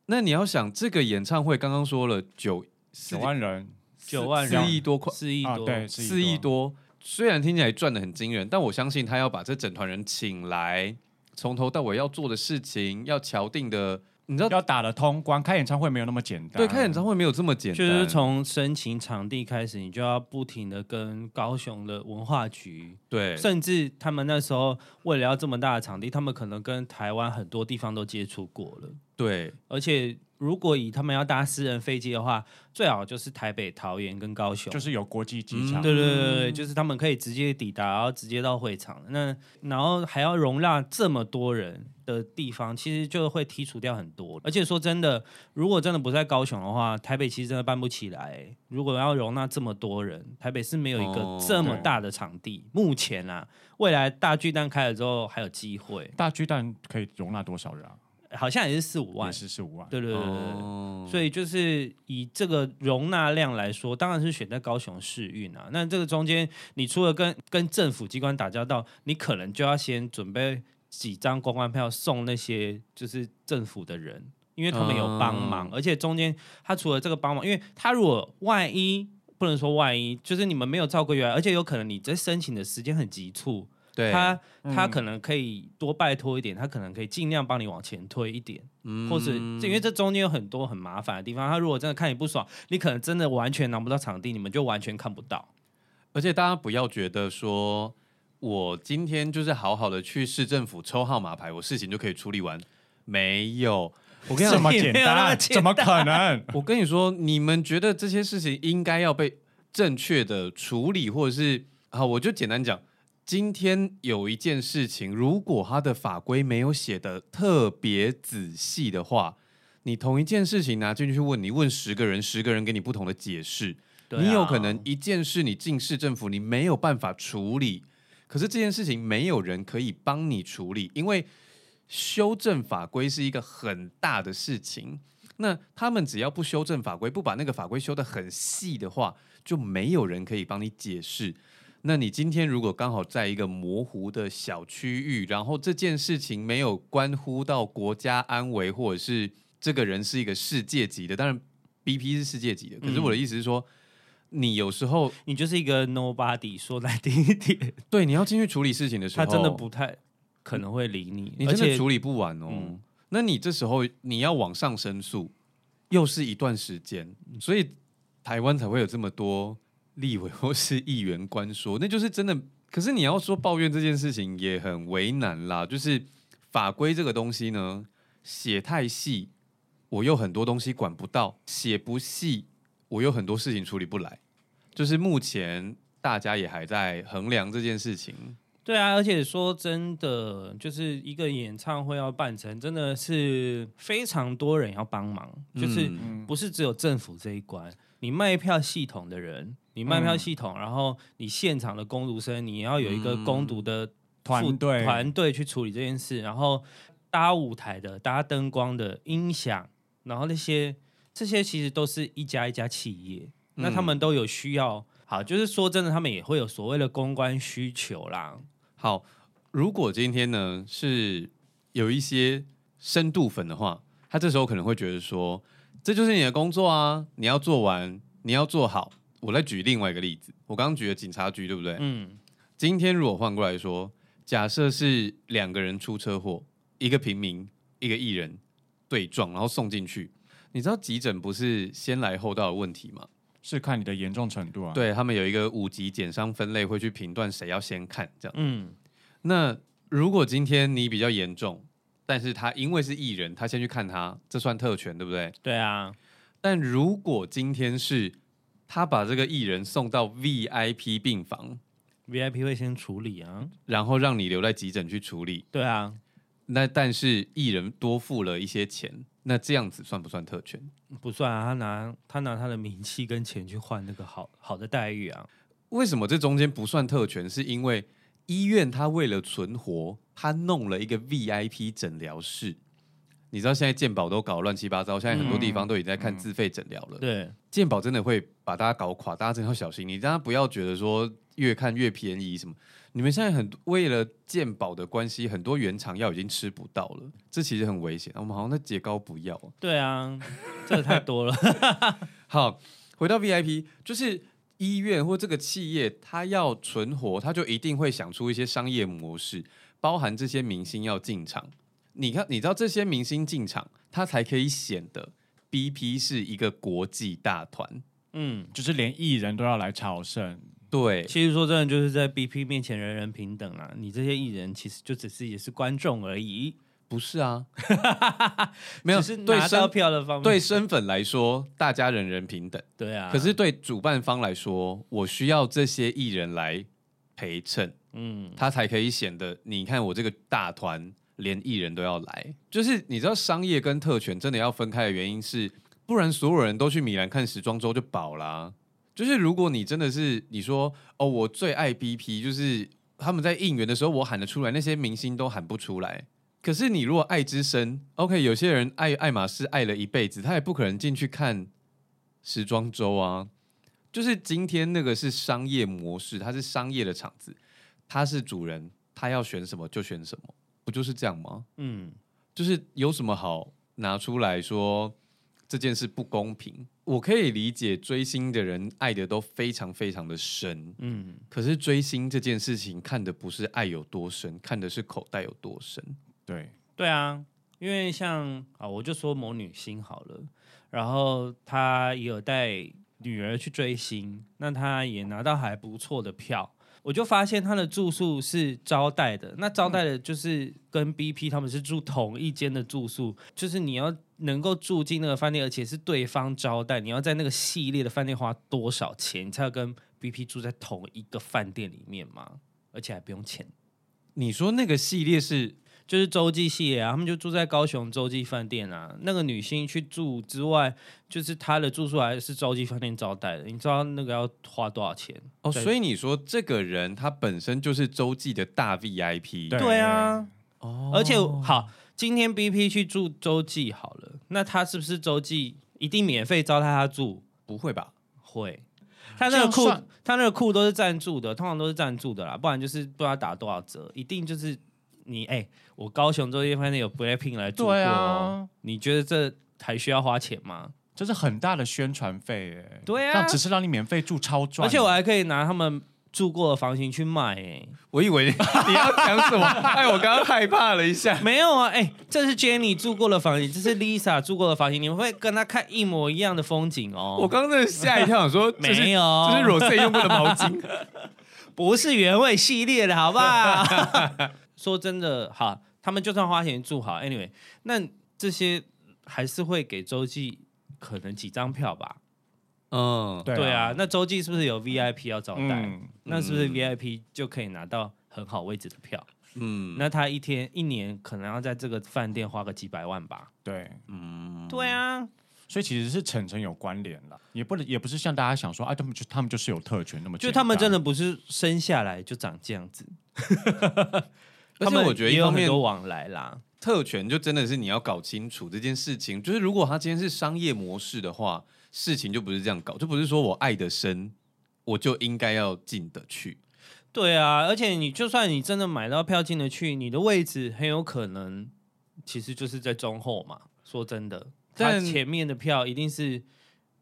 S1: 那你要想，这个演唱会刚刚说了九
S3: 九万人
S2: 九万
S1: 四
S2: 人
S1: 亿多块，
S2: 四亿
S3: 啊，
S2: 多，
S3: 对，
S1: 四亿，多，虽然听起来赚的很惊人，但我相信他要把这整团人请来，从头到尾要做的事情，要敲定的，你知道，
S3: 要打得通关，开演唱会没有那么简单，
S1: 对，开演唱会没有这么简单，
S2: 就是从申请场地开始，你就要不停的跟高雄的文化局，
S1: 对
S2: 甚至他们那时候为了要这么大的场地，他们可能跟台湾很多地方都接触过了。
S1: 对
S2: 而且如果以他们要搭私人飞机的话，最好就是台北、桃园跟高雄。
S3: 就是有国际机场，
S2: 对对对对，就是他们可以直接抵达，然后直接到会场。那然后还要容纳这么多人的地方，其实就会剔除掉很多。而且说真的，如果真的不在高雄的话，台北其实真的办不起来。如果要容纳这么多人，台北是没有一个
S1: 哦
S2: 这么
S3: 对
S2: 大的场地。目前啊，未来大巨蛋开了之后还有机会，
S3: 大巨蛋可以容纳多少人啊？
S2: 好像也是四五万
S3: 也。是四五万，
S2: 对对对对对。
S1: 哦
S2: 所以就是以这个容纳量来说，当然是选在高雄市运啊。那这个中间，你除了跟跟政府机关打交道，你可能就要先准备几张公关票送那些就是政府的人，因为他们有帮忙，而且中间他除了这个帮忙，因为他如果万一不能说万一，就是你们没有照规原啊来，而且有可能你在申请的时间很急促，
S1: 对
S2: 他他
S3: 嗯
S2: 可能可以多拜托一点，他可能可以尽量帮你往前推一点。
S1: 嗯
S2: 或是这因为这中间有很多很麻烦的地方，他如果真的看你不爽，你可能真的完全拿不到场地，你们就完全看不到。
S1: 而且大家不要觉得说我今天就是好好的去市政府抽号码牌，我事情就可以处理完，没有。我跟你
S3: 这
S1: 讲，
S3: 么简
S2: 没有那么
S3: 单，
S2: 简单
S3: 怎么可 能？
S1: 我跟你说，你们觉得这些事情应该要被正确的处理，或者是好，我就简单讲，今天有一件事情，如果它的法规没有写的特别仔细的话，你同一件事情拿进去问，你问十个人，十个人给你不同的解释，
S2: 对啊
S1: 你有可能一件事你进市政府你没有办法处理，可是这件事情没有人可以帮你处理，因为修正法规是一个很大的事情。那他们只要不修正法规，不把那个法规修得很细的话，就没有人可以帮你解释。那你今天如果刚好在一个模糊的小区域，然后这件事情没有关乎到国家安危，或者是这个人是一个世界级的，当然 BP 是世界级的，可是我的意思是说，你有时候
S2: 你就是一个 nobody，说难听一点，
S1: 对你要进去处理事情的时
S2: 他
S1: 候，
S2: 真的不太可能会理你，
S1: 你
S2: 而
S1: 真的
S2: 且
S1: 处理不完哦。
S2: 嗯
S1: 那你这时候你要往上申诉，又是一段时间，
S2: 嗯
S1: 所以台湾才会有这么多立委或是议员官说，那就是真的。可是你要说抱怨这件事情也很为难啦，就是法规这个东西呢，写太细我又很多东西管不到，写不细，我又很多事情处理不来。就是目前大家也还在衡量这件事情，
S2: 对啊，而且说真的，就是一个演唱会要办成，真的是非常多人要帮忙，就是
S1: 嗯
S2: 不是只有政府这一关，你卖票系统的人，你卖票系统，然后你现场的攻读生，你要有一个攻读的
S3: 团队
S2: 副团队去处理这件事，然后搭舞台的、搭灯光的、音响，然后那些这些其实都是一家一家企业，那他们都有需要。好，就是说真的，他们也会有所谓的公关需求啦。
S1: 好，如果今天呢是有一些深度粉的话，他这时候可能会觉得说，这就是你的工作啊，你要做完，你要做好。我再举另外一个例子，我刚刚举了警察局，对不对？
S2: 嗯，
S1: 今天如果换过来说，假设是两个人出车祸，一个平民，一个艺人对撞，然后送进去，你知道急诊不是先来后到的问题吗？
S3: 是看你的严重程度啊。
S1: 对他们有一个五级减伤分类，会去评断谁要先看这样。
S2: 嗯，
S1: 那如果今天你比较严重，但是他因为是艺人，他先去看他，这算特权，对不对？
S2: 对啊，
S1: 但如果今天是他把这个艺人送到 VIP 病房，
S2: VIP 会先处理啊，
S1: 然后让你留在急诊去处理，
S2: 对啊，
S1: 那但是艺人多付了一些钱，那这样子算不算特权？
S2: 不算啊，他拿他拿他的名气跟钱去换那个好好的待遇啊，
S1: 为什么这中间不算特权？是因为医院他为了存活，他弄了一个 VIP 诊疗室。你知道现在健保都搞乱七八糟，现在很多地方都已经在看自费诊疗了。
S2: 对，
S1: 健保真的会把大家搞垮，大家真的要小心。你大家不要觉得说越看越便宜什么，你们现在很为了健保的关系，很多原厂药已经吃不到了，这其实很危险。我们好像在节高不要、
S2: 对啊，这个太多了，
S1: 好，回到 VIP，就是医院或这个企业，它要存活，它就一定会想出一些商业模式，包含这些明星要进场。你看，你知道这些明星进场，它才可以显得 BP 是一个国际大团。
S2: 嗯，
S3: 就是连艺人都要来朝圣，
S1: 对，
S2: 其实说真的，就是在 BP 面前人人平等啦，你这些艺人其实就只是也是观众而已，
S1: 不是 啊，没有
S2: 只是
S1: 对
S2: 拿到
S1: 身
S2: 票的方面，
S1: 对身粉来说，大家人人平等。
S2: 对啊，
S1: 可是对主办方来说，我需要这些艺人来陪衬。
S2: 嗯，
S1: 他才可以显得你看我这个大团连艺人都要来。就是你知道商业跟特权真的要分开的原因是，不然所有人都去米兰看时装周就饱啦、就是如果你真的是你说哦，我最爱 BP，就是他们在应援的时候我喊得出来，那些明星都喊不出来。可是你如果爱之深，OK，有些人爱爱马仕爱了一辈子，他也不可能进去看时装周啊。就是今天那个是商业模式，它是商业的场子，他是主人，他要选什么就选什么，不就是这样吗？
S2: 嗯，
S1: 就是有什么好拿出来说这件事不公平？我可以理解追星的人爱的都非常非常的深，
S2: 嗯，
S1: 可是追星这件事情看的不是爱有多深，看的是口袋有多深。
S3: 对，
S2: 对啊，因为像啊，我就说某女星好了，然后她也有带女儿去追星，那她也拿到还不错的票。我就发现她的住宿是招待的，那招待的就是跟 BP 他们是住同一间的住宿，就是你要能够住进那个饭店，而且是对方招待，你要在那个系列的饭店花多少钱，你才要跟 BP 住在同一个饭店里面嘛，而且还不用钱。
S1: 你说那个系列是
S2: 就是洲际系列啊，他们就住在高雄洲际饭店啊。那个女星去住之外，就是她的住宿还是洲际饭店招待的。你知道那个要花多少钱？
S1: 哦，
S2: 对
S1: 所以你说这个人他本身就是洲际的大 VIP，
S3: 对
S2: 啊，
S1: 哦
S2: 而且好，今天 BP 去住洲际好了，那他是不是洲际一定免费招待他住？
S1: 不会吧？
S2: 会。他那个
S3: 这
S2: 库
S3: 样算，
S2: 他那个库都是赞助的，通常都是赞助的啦，不然就是不知道打多少折，一定就是你哎、我高雄洲际饭店有 Blackpink 来住过、
S3: 对
S2: 哦，
S3: 啊，
S2: 你觉得这还需要花钱吗？
S3: 这是很大的宣传费耶。
S2: 对啊
S3: 那只是让你免费住超赚，
S2: 而且我还可以拿他们住过的房型去卖、欸，
S1: 我以为你你要讲什么？哎，我刚刚害怕了一下。
S2: 没有啊，哎、这是 Jenny 住过的房型，这是 Lisa 住过的房型，你们会跟她看一模一样的风景 哦。
S1: 我刚刚真的吓一跳，想说这是
S2: 没有
S1: 这是 Rose 用过的毛巾。
S2: 不是原味系列的好 不好？说真的，好，他们就算花钱住好，anyway，那这些还是会给洲际可能几张票吧。
S1: 嗯，
S3: 对
S2: 对
S3: 啊
S2: 啊，，那洲际是不是有 VIP 要招待？
S3: 嗯，
S2: 那是不是
S1: 嗯
S2: VIP 就可以拿到很好位置的票？
S1: 嗯，
S2: 那他一天一年可能要在这个饭店花个几百万吧？
S3: 对，
S1: 嗯，
S2: 对啊，
S3: 所以其实是层层有关联了，也不能也不是像大家想说啊，他们就他们就是有特权那么简
S2: 就
S3: 单，
S2: 他们真的不是生下来就长这样子，
S1: 而
S2: 他
S1: 且
S2: 们
S1: 我觉得
S2: 也
S1: 一
S2: 有
S1: 方
S2: 很
S1: 面
S2: 多往来啦。
S1: 特权就真的是你要搞清楚这件事情，就是如果他今天是商业模式的话，事情就不是这样搞，就不是说我爱的深，我就应该要进得去。
S2: 对啊，而且你就算你真的买到票进得去，你的位置很有可能其实就是在中后嘛。说真的，他
S1: 但
S2: 前面的票一定是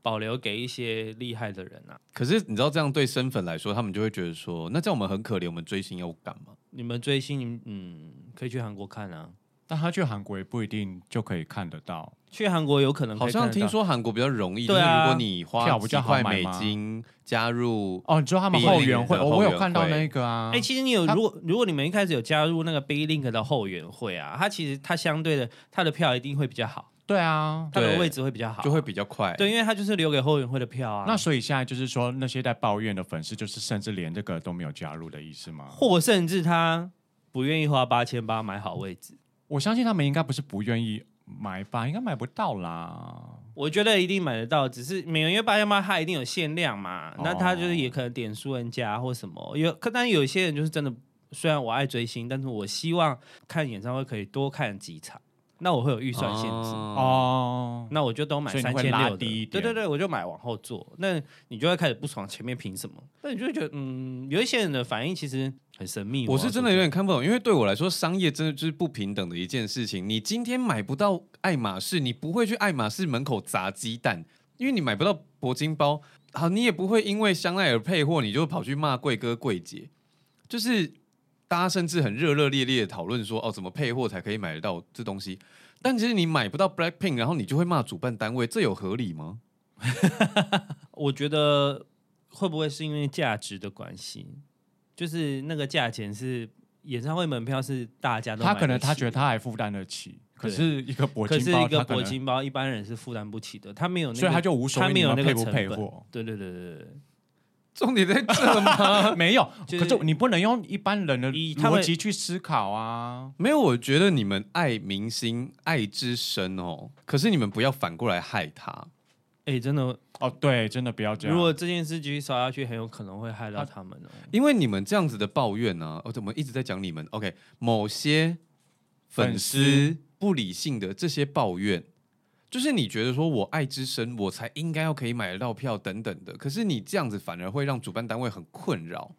S2: 保留给一些厉害的人啊。
S1: 可是你知道这样对生粉来说，他们就会觉得说，那这样我们很可怜，我们追星要干嘛？
S2: 你们追星，你们嗯，可以去韩国看啊。
S3: 但他去韩国也不一定就可以看得到，
S2: 去韩国有可能可以
S1: 好像
S2: 看得
S1: 听
S2: 到
S1: 说韩国比较容易，就
S2: 对
S1: 是
S2: 啊
S1: 如果你花
S3: 票比
S1: 几
S3: 较好
S1: 块
S3: 买
S1: 美
S3: 吗
S1: 金加入，
S3: 哦，你知道他们
S1: B
S3: 后
S1: Link
S3: 援会，
S1: 的
S3: 哦，
S1: 后
S3: 我有
S1: 援
S3: 看到
S1: 会
S3: 那个啊
S2: 哎、，其实你有，
S3: 他
S2: 如果如果你们一开始有加入那个 B Link 的后援会啊，它其实它相对的，它的票一定会比较好，
S3: 对啊，
S2: 它的
S1: 对
S2: 位置会比较好，
S1: 就会比较快。
S2: 对，因为它就是留给后援会的票啊。
S3: 那所以现在就是说，那些在抱怨的粉丝，就是甚至连这个都没有加入的意思吗？
S2: 或甚至他不愿意花八千八买好位置，
S3: 我相信他们应该不是不愿意买吧，应该买不到啦。
S2: 我觉得一定买得到，只是每个月八千八它一定有限量嘛，
S1: 哦
S2: 那他就是也可能点数人家或什么，有可但有些人就是真的，虽然我爱追星，但是我希望看演唱会可以多看几场，那我会有预算限制。
S1: 哦，
S3: 哦，
S2: 那我就都买
S3: 所以你
S2: 三
S3: 会
S2: 千
S3: 拉
S2: 六
S3: 低一
S2: 对
S3: 点
S2: 对对，我就买往后做，那你就会开始不爽前面凭什么？那你就会觉得，嗯，有一些人的反应其实很神秘。
S1: 我是真的有点看不懂，因为对我来说，商业真的就是不平等的一件事情。你今天买不到爱马仕，你不会去爱马仕门口砸鸡蛋，因为你买不到铂金包，好，你也不会因为香奈儿配货，你就跑去骂贵哥贵姐。就是大家甚至很热热烈烈的讨论说，哦，怎么配货才可以买得到这东西？但其实你买不到 Blackpink，然后你就会骂主办单位，这有合理吗？
S2: 我觉得会不会是因为价值的关系？就是那个价钱是演唱会门票是大家都
S3: 他可能
S2: 买
S3: 他
S2: 得起
S3: 觉得他还负担得起，可
S2: 对
S3: 是一个铂
S2: 可是
S3: 金包，
S2: 一个
S3: 他可
S2: 铂
S3: 能，
S2: 金包一般人是负担不起的，他没有那个，
S3: 所以他就无所
S2: 他
S3: 谓
S2: 没
S3: 你
S2: 有
S3: 们
S2: 那
S3: 配
S2: 个
S3: 不
S2: 成
S3: 配
S2: 本。
S3: 货。
S2: 对对对对对。
S1: 重点在这吗？
S3: 没有，
S2: 就
S3: 可
S2: 是
S3: 是你不能用一般人的
S2: 以他们
S3: 逻辑去思考啊。
S1: 没有，我觉得你们爱明星爱之深哦，可是你们不要反过来害他。
S2: 哎、真的，
S3: 哦，对，真的不要这样。
S2: 如果这件事继续烧下去，很有可能会害到他们哦。
S1: 因为你们这样子的抱怨呢、哦我怎么一直在讲你们？OK，某些粉丝不理性的这些抱怨，就是你觉得说我爱之深，我才应该要可以买得到票等等的，可是你这样子反而会让主办单位很困扰。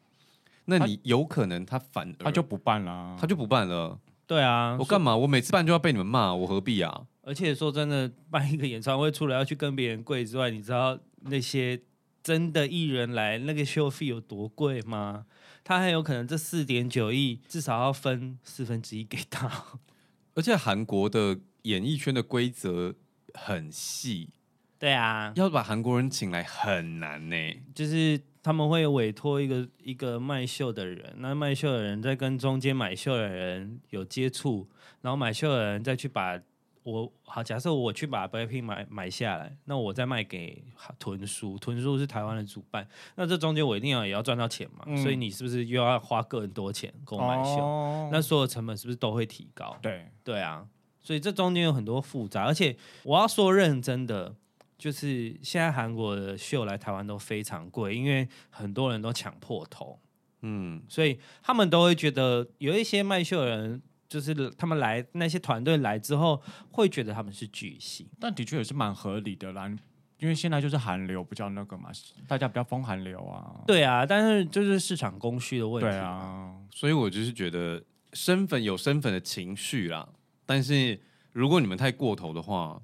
S1: 那
S3: 他
S1: 你有可能他反而
S3: 他就不办啦，
S1: 他就不办了，
S2: 对啊，
S1: 我干嘛？我每次办就要被你们骂，我何必啊？
S2: 而且说真的， 办一个演唱会，除了要去跟别人跪之外，你知道那些真的艺人来那个 show fee 有多贵吗？他很有可能这四点九亿至少要分四分之一给他。
S1: 而且韩国的演艺圈的规则很细，
S2: 对啊，
S1: 要把韩国人请来很难呢、
S2: 就是他们会委托一个一个卖秀的人，那卖秀的人再跟中间买秀的人有接触，然后买秀的人再去把我好，假设我去把 Blackpink 买买下来，那我再卖给屯叔，屯叔是台湾的主办，那这中间我一定要也要赚到钱嘛，
S3: 嗯
S2: 所以你是不是又要花更多钱购买秀？
S3: 哦
S2: 那所有成本是不是都会提高？
S3: 对，
S2: 对啊，所以这中间有很多复杂，而且我要说认真的，就是现在韩国的秀来台湾都非常贵，因为很多人都抢破头，
S1: 嗯，
S2: 所以他们都会觉得有一些卖秀的人。就是他们来那些团队来之后，会觉得他们是巨星，
S3: 但的确也是蛮合理的啦，因为现在就是韩流比较那个嘛，大家比较疯韩流啊。
S2: 对啊，但是就是市场供需的问题
S3: 对，啊，
S1: 所以我就是觉得身份有身份的情绪啦，但是如果你们太过头的话，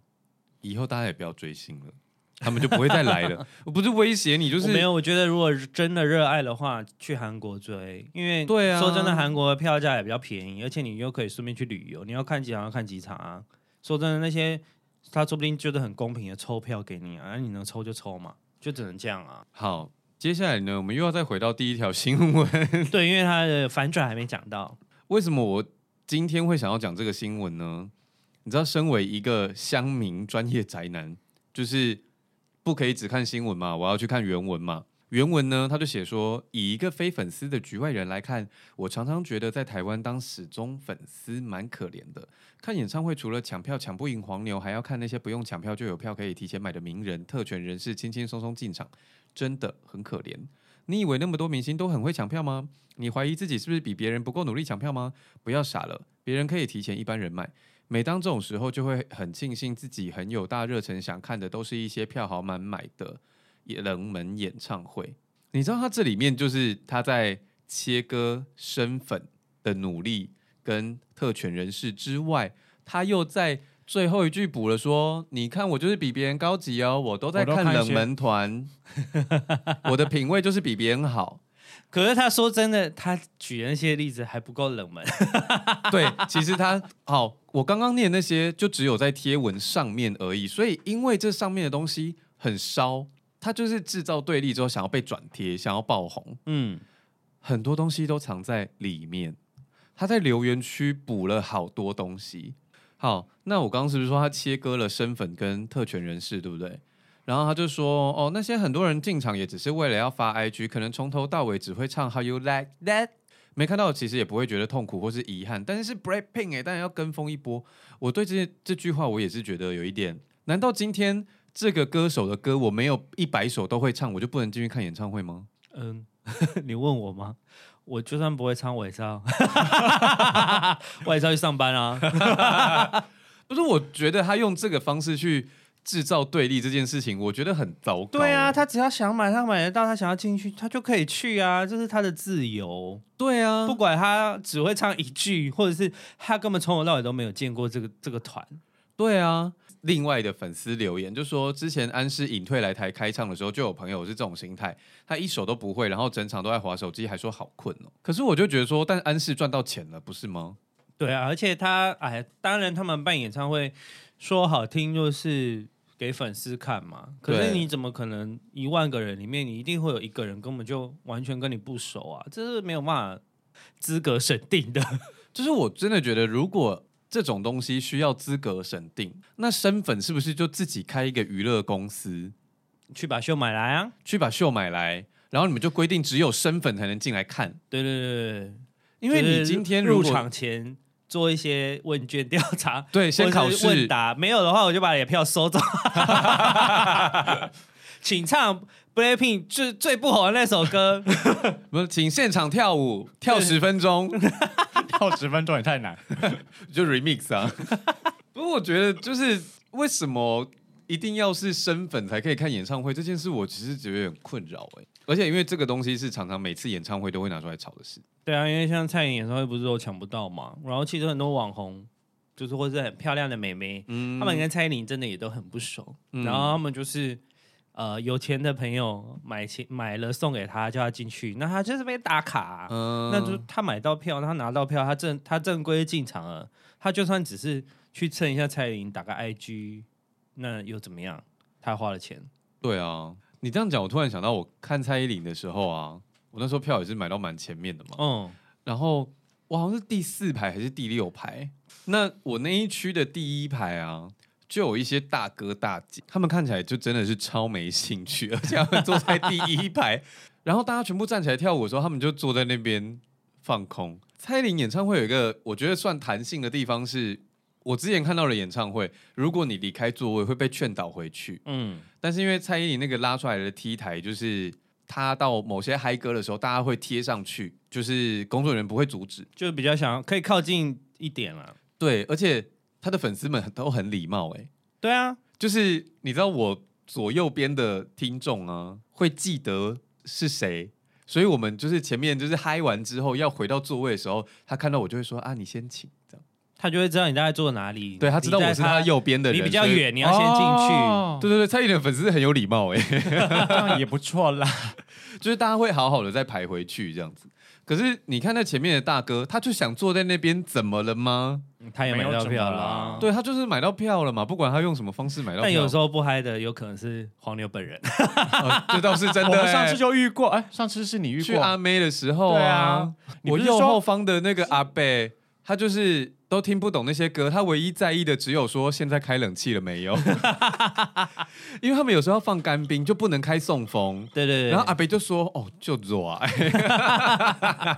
S1: 以后大家也不要追星了，他们就不会再来了。 我不是威胁你，就
S2: 我没
S1: 是
S2: 有。我觉得如果真的热爱的话，去韩国追，因为
S1: 对啊
S2: 说真的，韩国的票价也比较便宜，而且你又可以顺便去旅游，你要看几场要看几场啊。说真的，那些他说不定就是很公平的抽票给你啊，那你能抽就抽嘛，就只能这样啊。
S1: 好。接下来呢，我们又要再回到第一条新闻。
S2: 对，因为他的反转还没讲到，
S1: 为什么我今天会想要讲这个新闻呢？你知道，身为一个乡民专业宅男，就是不可以只看新闻嘛，我要去看原文嘛。原文呢，他就写说，以一个非粉丝的局外人来看，我常常觉得在台湾当死忠粉丝蛮可怜的。看演唱会除了抢票抢不赢黄牛，还要看那些不用抢票就有票可以提前买的名人、特权人士轻轻松松进场，真的很可怜。你以为那么多明星都很会抢票吗？你怀疑自己是不是比别人不够努力抢票吗？不要傻了，别人可以提前一般人买。每当这种时候，就会很庆幸自己很有大热忱，想看的都是一些票好满买的冷门演唱会。你知道他这里面就是他在切割身份的努力跟特权人士之外，他又在最后一句补了说：“你看我就是比别人高级哦，我都在
S3: 我都
S1: 看
S3: 看一
S1: 冷
S3: 些
S1: 门团，我的品味就是比别人好。”
S2: 可是他说真的，他举的那些例子还不够冷门，
S1: 对，其实他好，我刚刚念那些就只有在贴文上面而已，所以因为这上面的东西很烧，它就是制造对立之后想要被转贴，想要爆红，
S2: 嗯，
S1: 很多东西都藏在里面。他在留言区补了好多东西。好，那我刚刚是不是说他切割了身份跟特权人士，对不对？然后他就说，哦，那些很多人进场也只是为了要发 IG，可能从头到尾只会唱 How You Like That，没看到其实也不会觉得痛苦或是遗憾，但是是 Breaking 哎、当然要跟风一波。我对这这句话我也是觉得有一点，难道今天这个歌手的歌我没有一百首都会唱，我就不能进去看演唱会吗？
S2: 嗯， 你问我吗？我就算不会唱，我也是要， 我也是要去上班啊。
S1: 不是，我觉得他用这个方式去制造对立这件事情，我觉得很糟糕。
S2: 对啊，，他只要想买，他买得到，他想要进去，他就可以去啊，这是他的自由。
S1: 对啊，
S2: 不管他只会唱一句，或者是他根本从头到尾都没有见过这个这个团，
S1: 对啊。另外的粉丝留言就说，之前安室隐退来台开唱的时候，就有朋友是这种心态，他一首都不会，然后整场都在划手机，还说好困哦。可是我就觉得说，但安室赚到钱了，不是吗？
S2: 对啊，而且他哎，当然他们办演唱会说好听就是给粉丝看嘛，可是
S1: 对
S2: 你怎么可能一万个人里面你一定会有一个人根本就完全跟你不熟啊？这是没有办法资格审定的。
S1: 就是我真的觉得，如果这种东西需要资格审定，那身粉是不是就自己开一个娱乐公司，
S2: 去把秀买来啊！
S1: 去把秀买来，然后你们就规定只有身粉才能进来看？
S2: 对对对对对，
S1: 因为
S2: 就是
S1: 你今天如
S2: 入
S1: 果
S2: 场前做一些问卷调 查，
S1: 对，先考
S2: 或是问
S1: 试，
S2: 答，没有的话我就把你的票收 走。请唱 BLACKPINK 最最不红的那首歌，
S1: 不是请现场跳舞，跳十分钟
S3: 跳十分钟也太 难。
S1: 就 remix 啊。不过我觉得就是为什么一定要是身粉才可以看演唱会这件事，我其实觉得有点困扰哎、而且因为这个东西是常常每次演唱会都会拿出来吵的事。
S2: 对啊，因为像蔡妍演唱会不是都抢不到嘛，然后其实很多网红就是或是很漂亮的美眉，
S1: 嗯
S2: 她们跟蔡依林真的也都很不熟，
S1: 嗯
S2: 然后她们就是呃有钱的朋友买钱买了送给她，叫她进去，那她就是被打卡啊、
S1: 嗯
S2: 那就她买到票，她拿到票，她正她正规进场了，她就算只是去蹭一下蔡依林，打个 IG，那又怎么样？她花了钱，
S1: 对啊，你这样讲，我突然想到，我看蔡依林的时候啊，我那时候票也是买到蛮前面的嘛，
S2: 嗯，
S1: 然后我好像是第四排还是第六排，那我那一区的第一排啊。就有一些大哥大姐，他们看起来就真的是超没兴趣，而且他们坐在第一排， 然后大家全部站起来跳舞的时候，他们就坐在那边放空。蔡依林演唱会有一个我觉得算弹性的地方是，我之前看到的演唱会，如果你离开座位会被劝导回去，
S2: 嗯，
S1: 但是因为蔡依林那个拉出来的 T 台，就是她到某些嗨歌的时候，大家会贴上去，就是工作人员不会阻止。
S2: 就比较想要可以靠近一点了。
S1: 对，而且她的粉丝们都很礼貌、欸，
S2: 对啊，
S1: 就是你知道我左右边的听众啊，会记得是谁。所以我们就是前面就是嗨完之后要回到座位的时候，他看到我就会说啊，你先请这样。
S2: 他就会知道你大概坐哪里。
S1: 对他知道我是他右边的人，
S2: 你比较
S1: 所以。
S2: 远，你要先进去。
S3: 哦
S1: 对对对，蔡依林的粉丝很有礼貌哎、
S3: 这样也不错啦。
S1: 就是大家会好好的再排回去这样子。可是你看那前面的大哥，他就想坐在那边，怎么了吗？
S2: 嗯他也买到票了啊，
S1: 对他就是买到票了嘛，不管他用什么方式买到票。
S2: 但有时
S1: 候、
S2: 候不嗨的，有可能是黄牛本人。
S1: 这倒是真
S3: 我
S1: 的、
S3: 们上次
S1: 就
S3: 就遇过，哎，上次是你遇
S1: 去
S3: 过，
S1: 阿妹的时候
S3: 对
S1: 啊
S3: 啊，
S1: 我
S3: 你不是
S1: 右
S3: 说
S1: 后方的那个阿贝，他就是都听不懂那些歌，他唯一在意的只有说现在开冷气了没有， 因为他们有时候要放干冰就不能开送风，
S2: 对对对，
S1: 然后阿北就说：“哦，就热啊。”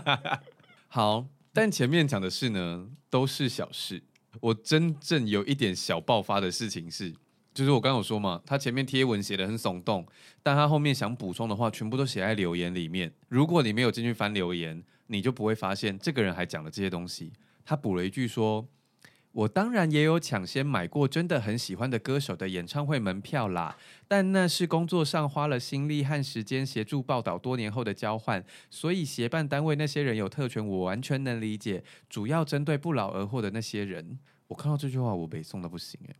S1: 好，但前面讲的事呢，都是小事。我真正有一点小爆发的事情是，就是我刚刚有说嘛，他前面贴文写的很耸动，但他后面想补充的话，全部都写在留言里面。如果你没有进去翻留言，你就不会发现这个人还讲了这些东西。他补了一句说：“我当然也有抢先买过真的很喜欢的歌手的演唱会门票啦，但那是工作上花了心力和时间协助报道多年后的交换，所以协办单位那些人有特权，我完全能理解。主要针对不劳而获的那些人，我看到这句话我北宋的不行哎、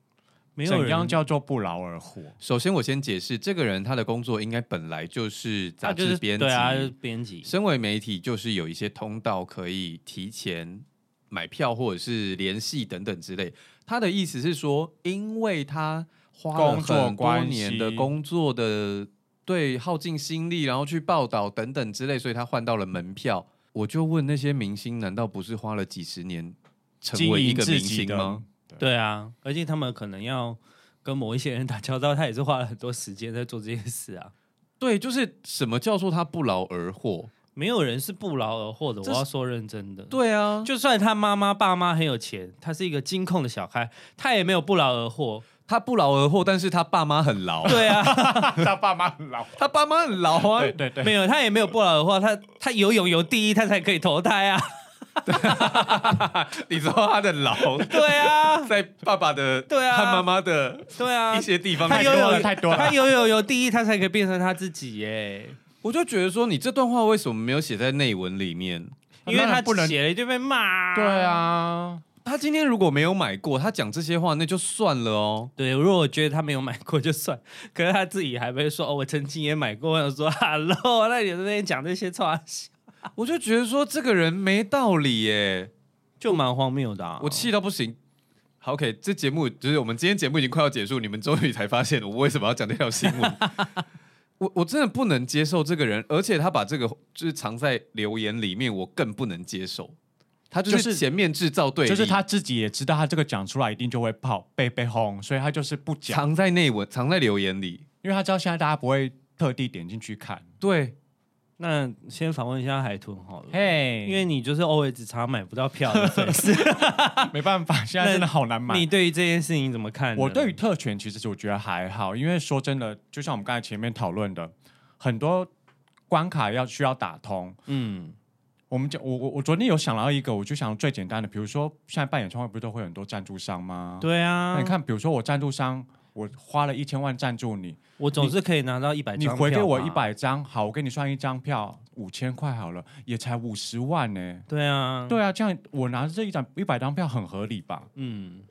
S2: 没有
S3: 怎
S2: 人
S3: 样叫做不劳而获？
S1: 首先我先解释，这个人他的工作应该本来就是杂
S2: 他就
S1: 志
S2: 是
S1: 编辑，
S2: 对啊，就是编辑，
S1: 身为媒体，就是有一些通道可以提前买票或者是联系等等之类。他的意思是说，因为他花了
S3: 工作
S1: 很多
S3: 关系
S1: 年的工作的对耗尽心力，然后去报道等等之类，所以他换到了门票。我就问那些明星，难道不是花了几十年成
S3: 经
S1: 为一
S3: 营
S1: 个明
S3: 自己
S1: 星
S3: 的
S1: 吗？，
S2: 对啊，而且他们可能要跟某一些人打交道，他也是花了很多时间在做这件事啊。
S1: 对，就是什么叫做他不劳而获？
S2: 没有人是不劳而获的，
S1: 这
S2: 我
S1: 是
S2: 要说认真的。
S1: 对啊，
S2: 就算他妈妈爸妈很有钱，他是一个金控的小开，他也没有不劳而 获。
S1: 他不劳而获，但是他爸妈很劳，
S2: 对啊，
S3: 他爸妈很老，
S1: 他爸妈很劳啊
S3: 对，对对，
S2: 没有他也没有不劳而获，他他游泳游第一，他才可以投胎 啊。
S1: 你知道他的劳
S2: 对啊，
S1: 在爸爸的
S2: 对啊
S1: 和妈妈的
S2: 对啊
S1: 一，些地方，
S2: 他
S3: 太
S2: 游
S3: 多了
S2: 泳
S3: 太多了
S2: 他游泳游第一，他才可以变成他自己耶。
S1: 我就觉得说，你这段话为什么没有写在内文里面？
S2: 因为
S3: 当
S2: 他
S3: 然不能
S2: 写了就被骂。
S3: 对，啊，
S1: 他今天如果没有买过，他讲这些话那就算了哦。
S2: 对，如果我觉得他没有买过就算，可是他自己还会说哦，我曾经也买过。我想说，Hello，那你在那边讲这些话，
S1: 我就觉得说这个人没道理耶，
S2: 就蛮荒谬的、啊。
S1: 我气到不行。好 OK，这节目就是我们今天节目已经快要结束，你们终于才发现 我为什么要讲这条新闻。我我真的不能接受这个人，而且他把这个就是藏在留言里面，我更不能接受。他就
S3: 就是
S1: 是前面制造对立，
S3: 就是他自己也知道，他这个讲出来一定就会跑被被轰，所以他就是不讲，
S1: 藏在内文，藏在留言里。
S3: 因为他知道现在大家不会特地点进去看。
S1: 对，
S2: 那先访问一下海豚好了。
S3: 嘿，
S2: 嗯因为你就是 always 常买不到票的粉 丝，
S3: 没办法，现在真的好难买
S2: 你。对于这件事情怎么看呢？
S3: 我对于特权其实我觉得还好，因为说真的，就像我们刚才前面讨论的，很多关卡要需要打通。
S2: 嗯，
S3: 我们讲，我我我昨天有想到一个，我就想最简单的，比如说现在办演唱会不是都会有很多赞助商吗？、
S2: 对啊，
S3: 那你看，比如说我赞助商，我花了一千万赞助你，
S2: 我总是可以拿到一百，
S3: 你回给我一，百张，好，我给你算一张票五千块好了，也才五十万呢、
S2: 对啊，，
S3: 对啊，这样我拿这一张一百张票很合理吧？
S2: 嗯，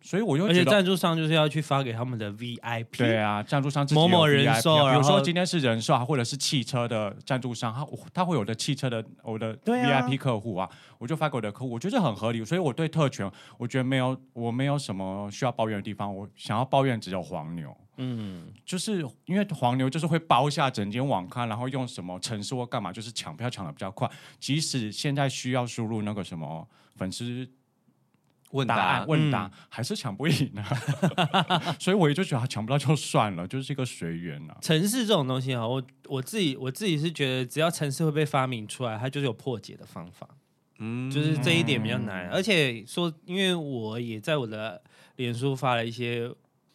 S3: 所以我就
S2: 而
S3: 觉
S2: 且
S3: 得，
S2: 赞助商就是要去发给他们的 VIP，
S3: 对啊，赞助商自己
S2: 某
S3: 有
S2: 某
S3: VIP
S2: 人寿
S3: 啊比
S2: 然
S3: 如
S2: 后
S3: 说今天是人寿啊，或者是汽车的赞助商，他他会有的汽车的我的
S2: 对啊
S3: VIP 客户啊，我就发给我的客户，我觉得很合理，所以我对特权，我觉得没有我没有什么需要抱怨的地方，我想要抱怨只有黄牛。
S2: 嗯，
S3: 就是因为黄牛就是会包下整间网咖，然后用什么城市或干嘛，就是抢票抢的比较快。即使现在需要输入那个什么粉丝
S1: 问
S3: 答案
S1: 问
S3: 问答，还是抢不赢啊。 所以我也就觉得抢不到就算了，就是一个随缘啊。
S2: 城市这种东西哈，我我自己我自己是觉得，只要城市会被发明出来，它就是有破解的方法，
S1: 嗯
S2: 就是这一点比较难。而且说，因为我也在我的脸书发了一些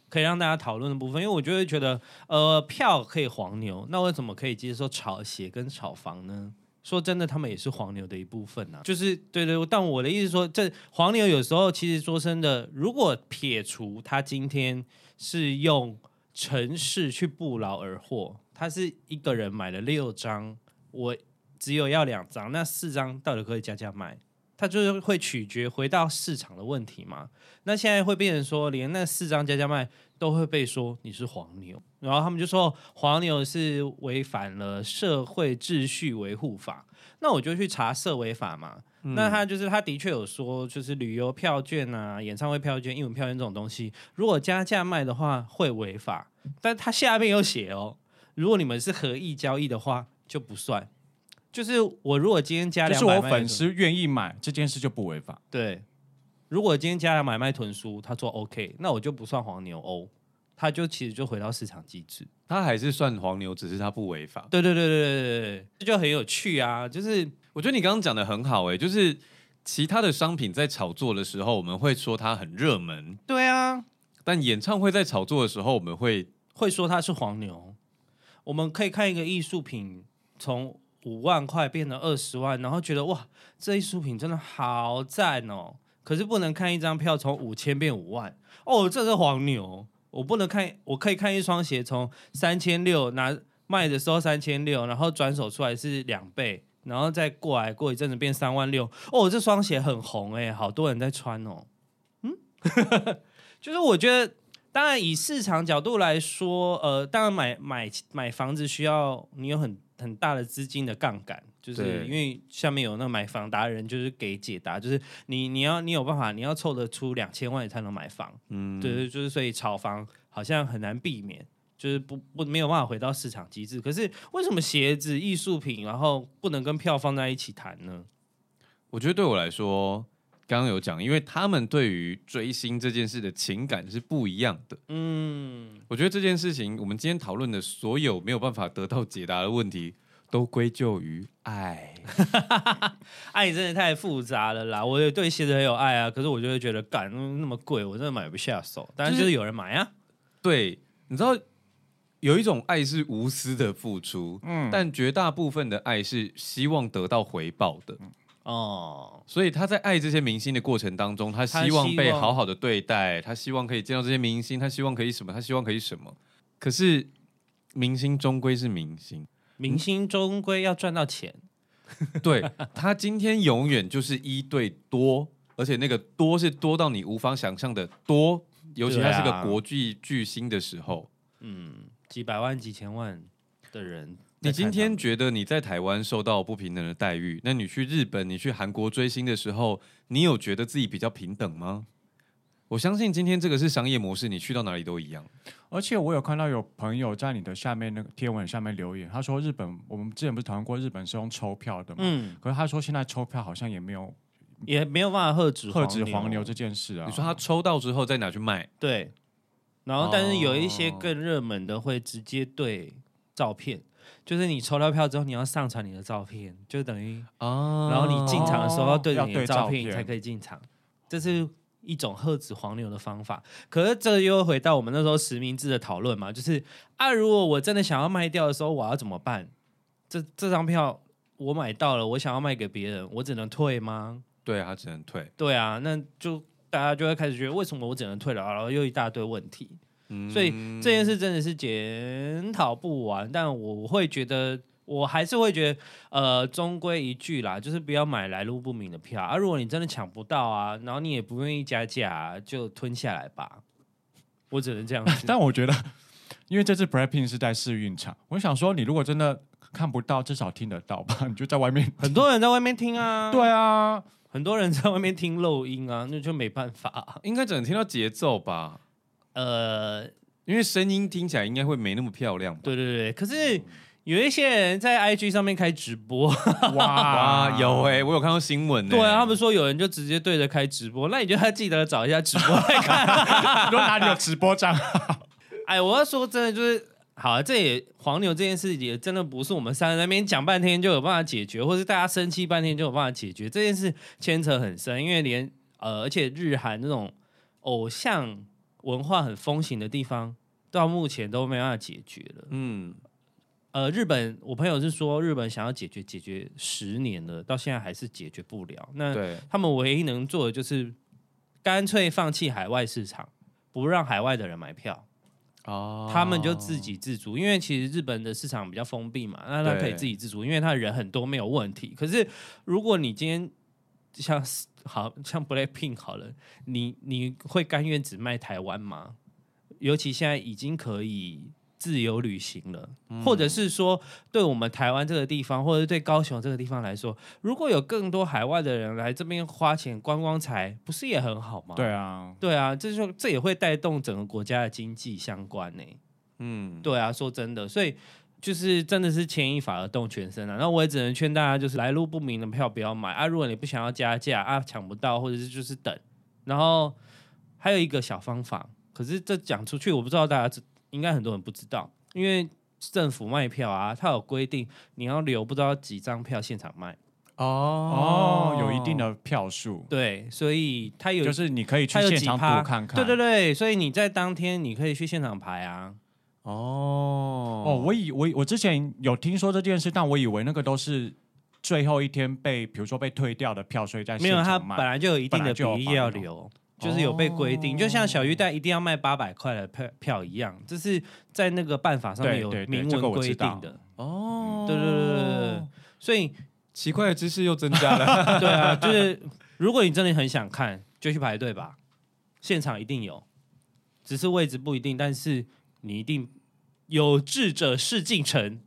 S2: 可以让大家讨论的部分，因为我就会觉得，呃，票可以黄牛，那为什么可以接受炒鞋跟炒房呢？说真的，他们也是黄牛的一部分啊。就是对对，但我的意思说，这黄牛有时候其实说真的，如果撇除他今天是用城市去不劳而获，他是一个人买了六张，我只有要两张，那四张到底可不可以加价卖？它就是会取决回到市场的问题嘛。那现在会变成说，连那四张加价卖都会被说你是黄牛，然后他们就说黄牛是违反了社会秩序维护法。那我就去查社违法嘛。
S3: 嗯
S2: 那他就是他的确有说，就是旅游票券啊、演唱会票券、英文票券这种东西，如果加价卖的话会违法。但他下面有写哦，如果你们是合意交易的话就不算。就是我如果今天加
S3: 就
S2: 两
S3: 是
S2: 百
S3: 我
S2: 卖
S3: 粉
S2: 的
S3: 丝愿意买这件事就不违法。
S2: 对，如果今天加了买卖囤书，他说 OK，那我就不算黄牛欧，他就其实就回到市场机制。
S1: 他还是算黄牛，只是他不违法。
S2: 对对对对对对对，这就很有趣啊！就是
S1: 我觉得你刚刚讲的很好、欸，哎，就是其他的商品在炒作的时候，我们会说它很热门，
S2: 对啊，
S1: 但演唱会在炒作的时候，我们会
S2: 会说他是黄牛，我们可以看一个艺术品从五万块变成二十万，然后觉得哇，这艺术品真的好赞哦。可是不能看一张票从五千变五万哦，这是黄牛。我不能看，我可以看一双鞋从三千六拿卖的时候三千六，然后转手出来是两倍，然后再过来过一阵子变三万六。哦，这双鞋很红哎、好多人在穿哦。嗯， 就是我觉得当然，以市场角度来说，呃，当然买买买房子需要你有很很大的资金的杠杆，就是
S1: 对
S2: 因为下面有那买房达人，就是给解答，就是你你要你有办法，你要凑得出两千万你才能买房，
S1: 嗯，
S2: 对对，就是所以炒房好像很难避免，就是不不没有办法回到市场机制。可是为什么鞋子艺术品，然后不能跟票放在一起谈呢？
S1: 我觉得对我来说，刚刚有讲，因为他们对于追星这件事的情感是不一样的。
S2: 嗯，
S1: 我觉得这件事情，我们今天讨论的所有没有办法得到解答的问题，都归咎于爱。
S2: 爱啊真的太复杂了啦！我也对鞋子很有爱啊，可是我就会觉得，干嗯那么贵，我真的买不下手。但是就是有人买啊，
S1: 对，你知道有一种爱是无私的付出，嗯，但绝大部分的爱是希望得到回报的。
S2: 哦，
S1: 所以他在爱这些明星的过程当中，他
S2: 他
S1: 希望
S2: 希
S1: 被
S2: 望
S1: 好好的对待，他希望可以见到这些明星，他希望可以什么，他希望可以什么。可是明星终归是明 星，
S2: 明星终归要赚到钱，
S1: 对他今天永远就是一对多，而且那个多是多到你无法想象的多，尤其
S2: 对
S1: 他
S2: 啊
S1: 是个国际巨星的时候。
S2: 嗯，几百万、几千万的人在看他们，
S1: 你今天觉得你在台湾受到不平等的待遇，那你去日本、你去韩国追星的时候，你有觉得自己比较平等吗？我相信今天这个是商业模式，你去到哪里都一样。
S3: 而且我有看到有朋友在你的下面那个贴文下面留言，他说日本我们之前不是讨论过日本是用抽票的嘛，
S2: 嗯，
S3: 可是他说现在抽票好像也没有
S2: 也没有办法喝止
S3: 遏制黄牛这件事啊。
S1: 你说他抽到之后再拿去卖，
S2: 对，然后但是有一些
S1: 哦
S2: 更热门的会直接对照片，就是你抽到票之后，你要上传你的照片，就等于
S1: 啊
S2: 然后你进场的时候要对着
S3: 哦要
S2: 你的
S3: 对
S2: 照
S3: 照
S2: 片，你
S3: 片
S2: 才可以进场，这是一种喝止黄牛的方法。可是这又回到我们那时候实名制的讨论嘛，就是啊，如果我真的想要卖掉的时候，我要怎么办？这这张票我买到了，我想要卖给别人，我只能退吗？
S1: 对他只能退，
S2: 对啊，那就大家就会开始觉得为什么我只能退了，然后又一大堆问题。
S1: 嗯
S2: 所以这件事真的是检讨不完，但我会觉得，我还是会觉得，呃，终归一句啦，就是不要买来路不明的票啊。如果你真的抢不到啊，然后你也不愿意加价啊、就吞下来吧。我只能这样子。
S3: 但我觉得，因为这次 Prepping 是在试运场，我想说，你如果真的看不到，至少听得到吧？你就在外面。
S2: 很多人在外面听啊，，
S3: 对啊，
S2: 很多人在外面听漏音啊，那就没办法啊、
S1: 应该只能听到节奏吧，
S2: 呃，
S1: 因为声音听起来应该会没那么漂亮吧。
S2: 对对对，可是有一些人在 IG 上面开直播，
S3: 哇
S1: 啊，有 哎、我有看到新闻、欸，
S2: 对啊，他们说有人就直接对着开直播，那你就要记得找一下直播来看。
S3: 你说哪里有直播站？
S2: 哎，我要说真的就是。好、啊，这也黄牛这件事也真的不是我们三个在那边讲半天就有办法解决，或是大家生气半天就有办法解决。这件事牵扯很深，因为连呃，而且日韩这种偶像文化很风行的地方，到目前都没办法解决了。
S1: 嗯，
S2: 呃，日本，我朋友是说日本想要解决解决十年了，到现在还是解决不了。那
S1: 对，
S2: 他们唯一能做的就是干脆放弃海外市场，不让海外的人买票，
S1: 哦
S2: 他们就自给自足。因为其实日本的市场比较封闭嘛，那他
S1: 对
S2: 可以自给自足，因为他人很多没有问题。可是如果你今天像好像 Blackpink 好了，你你会甘愿只卖台湾吗？尤其现在已经可以自由旅行了，或者是说，对我们台湾这个地方，或者是对高雄这个地方来说，如果有更多海外的人来这边花钱观光财，不是也很好吗？
S3: 对啊，
S2: 对啊，这就这也会带动整个国家的经济相关呢、
S1: 嗯，
S2: 对啊，说真的，所以就是真的是牵一发而动全身啊。那我也只能劝大家，就是来路不明的票不要买啊。如果你不想要加价啊，抢不到或者是就是等。然后还有一个小方法，可是这讲出去，我不知道大家知应该很多人不知道，因为政府卖票啊，它有规定你要留不知道几张票现场卖。
S3: 哦，有一定的票数，
S2: 对，所以它有
S3: 就是你可以去
S2: 它有
S3: 现
S2: 几
S3: 场
S2: 趴
S3: 赌看看。
S2: 对对对，所以你在当天你可以去现场排啊。
S1: 哦
S3: 哦，我以我以我之前有听说这件事，但我以为那个都是最后一天被，比如说被退掉的票，所以在
S2: 没有，
S3: 现
S2: 它
S3: 场
S2: 本
S3: 卖
S2: 来就有一定
S3: 本
S2: 的
S3: 来
S2: 比
S3: 就有
S2: 例
S3: 绑
S2: 要
S3: 的
S2: 留，就是有被规定，就像小鱼蛋一定要卖八百块的票票一样，这是在那个办法上面
S3: 对
S2: 有
S3: 对对
S2: 明
S3: 这个
S2: 文
S3: 我
S2: 规
S3: 知道
S2: 定的。
S1: 哦，
S2: 对对对对对对，所以
S1: 奇怪的知识又增加 了。
S2: 对啊，就是如果你真的很想看，就去排队吧，现场一定有，只是位置不一定，但是你一定有志者事竟成，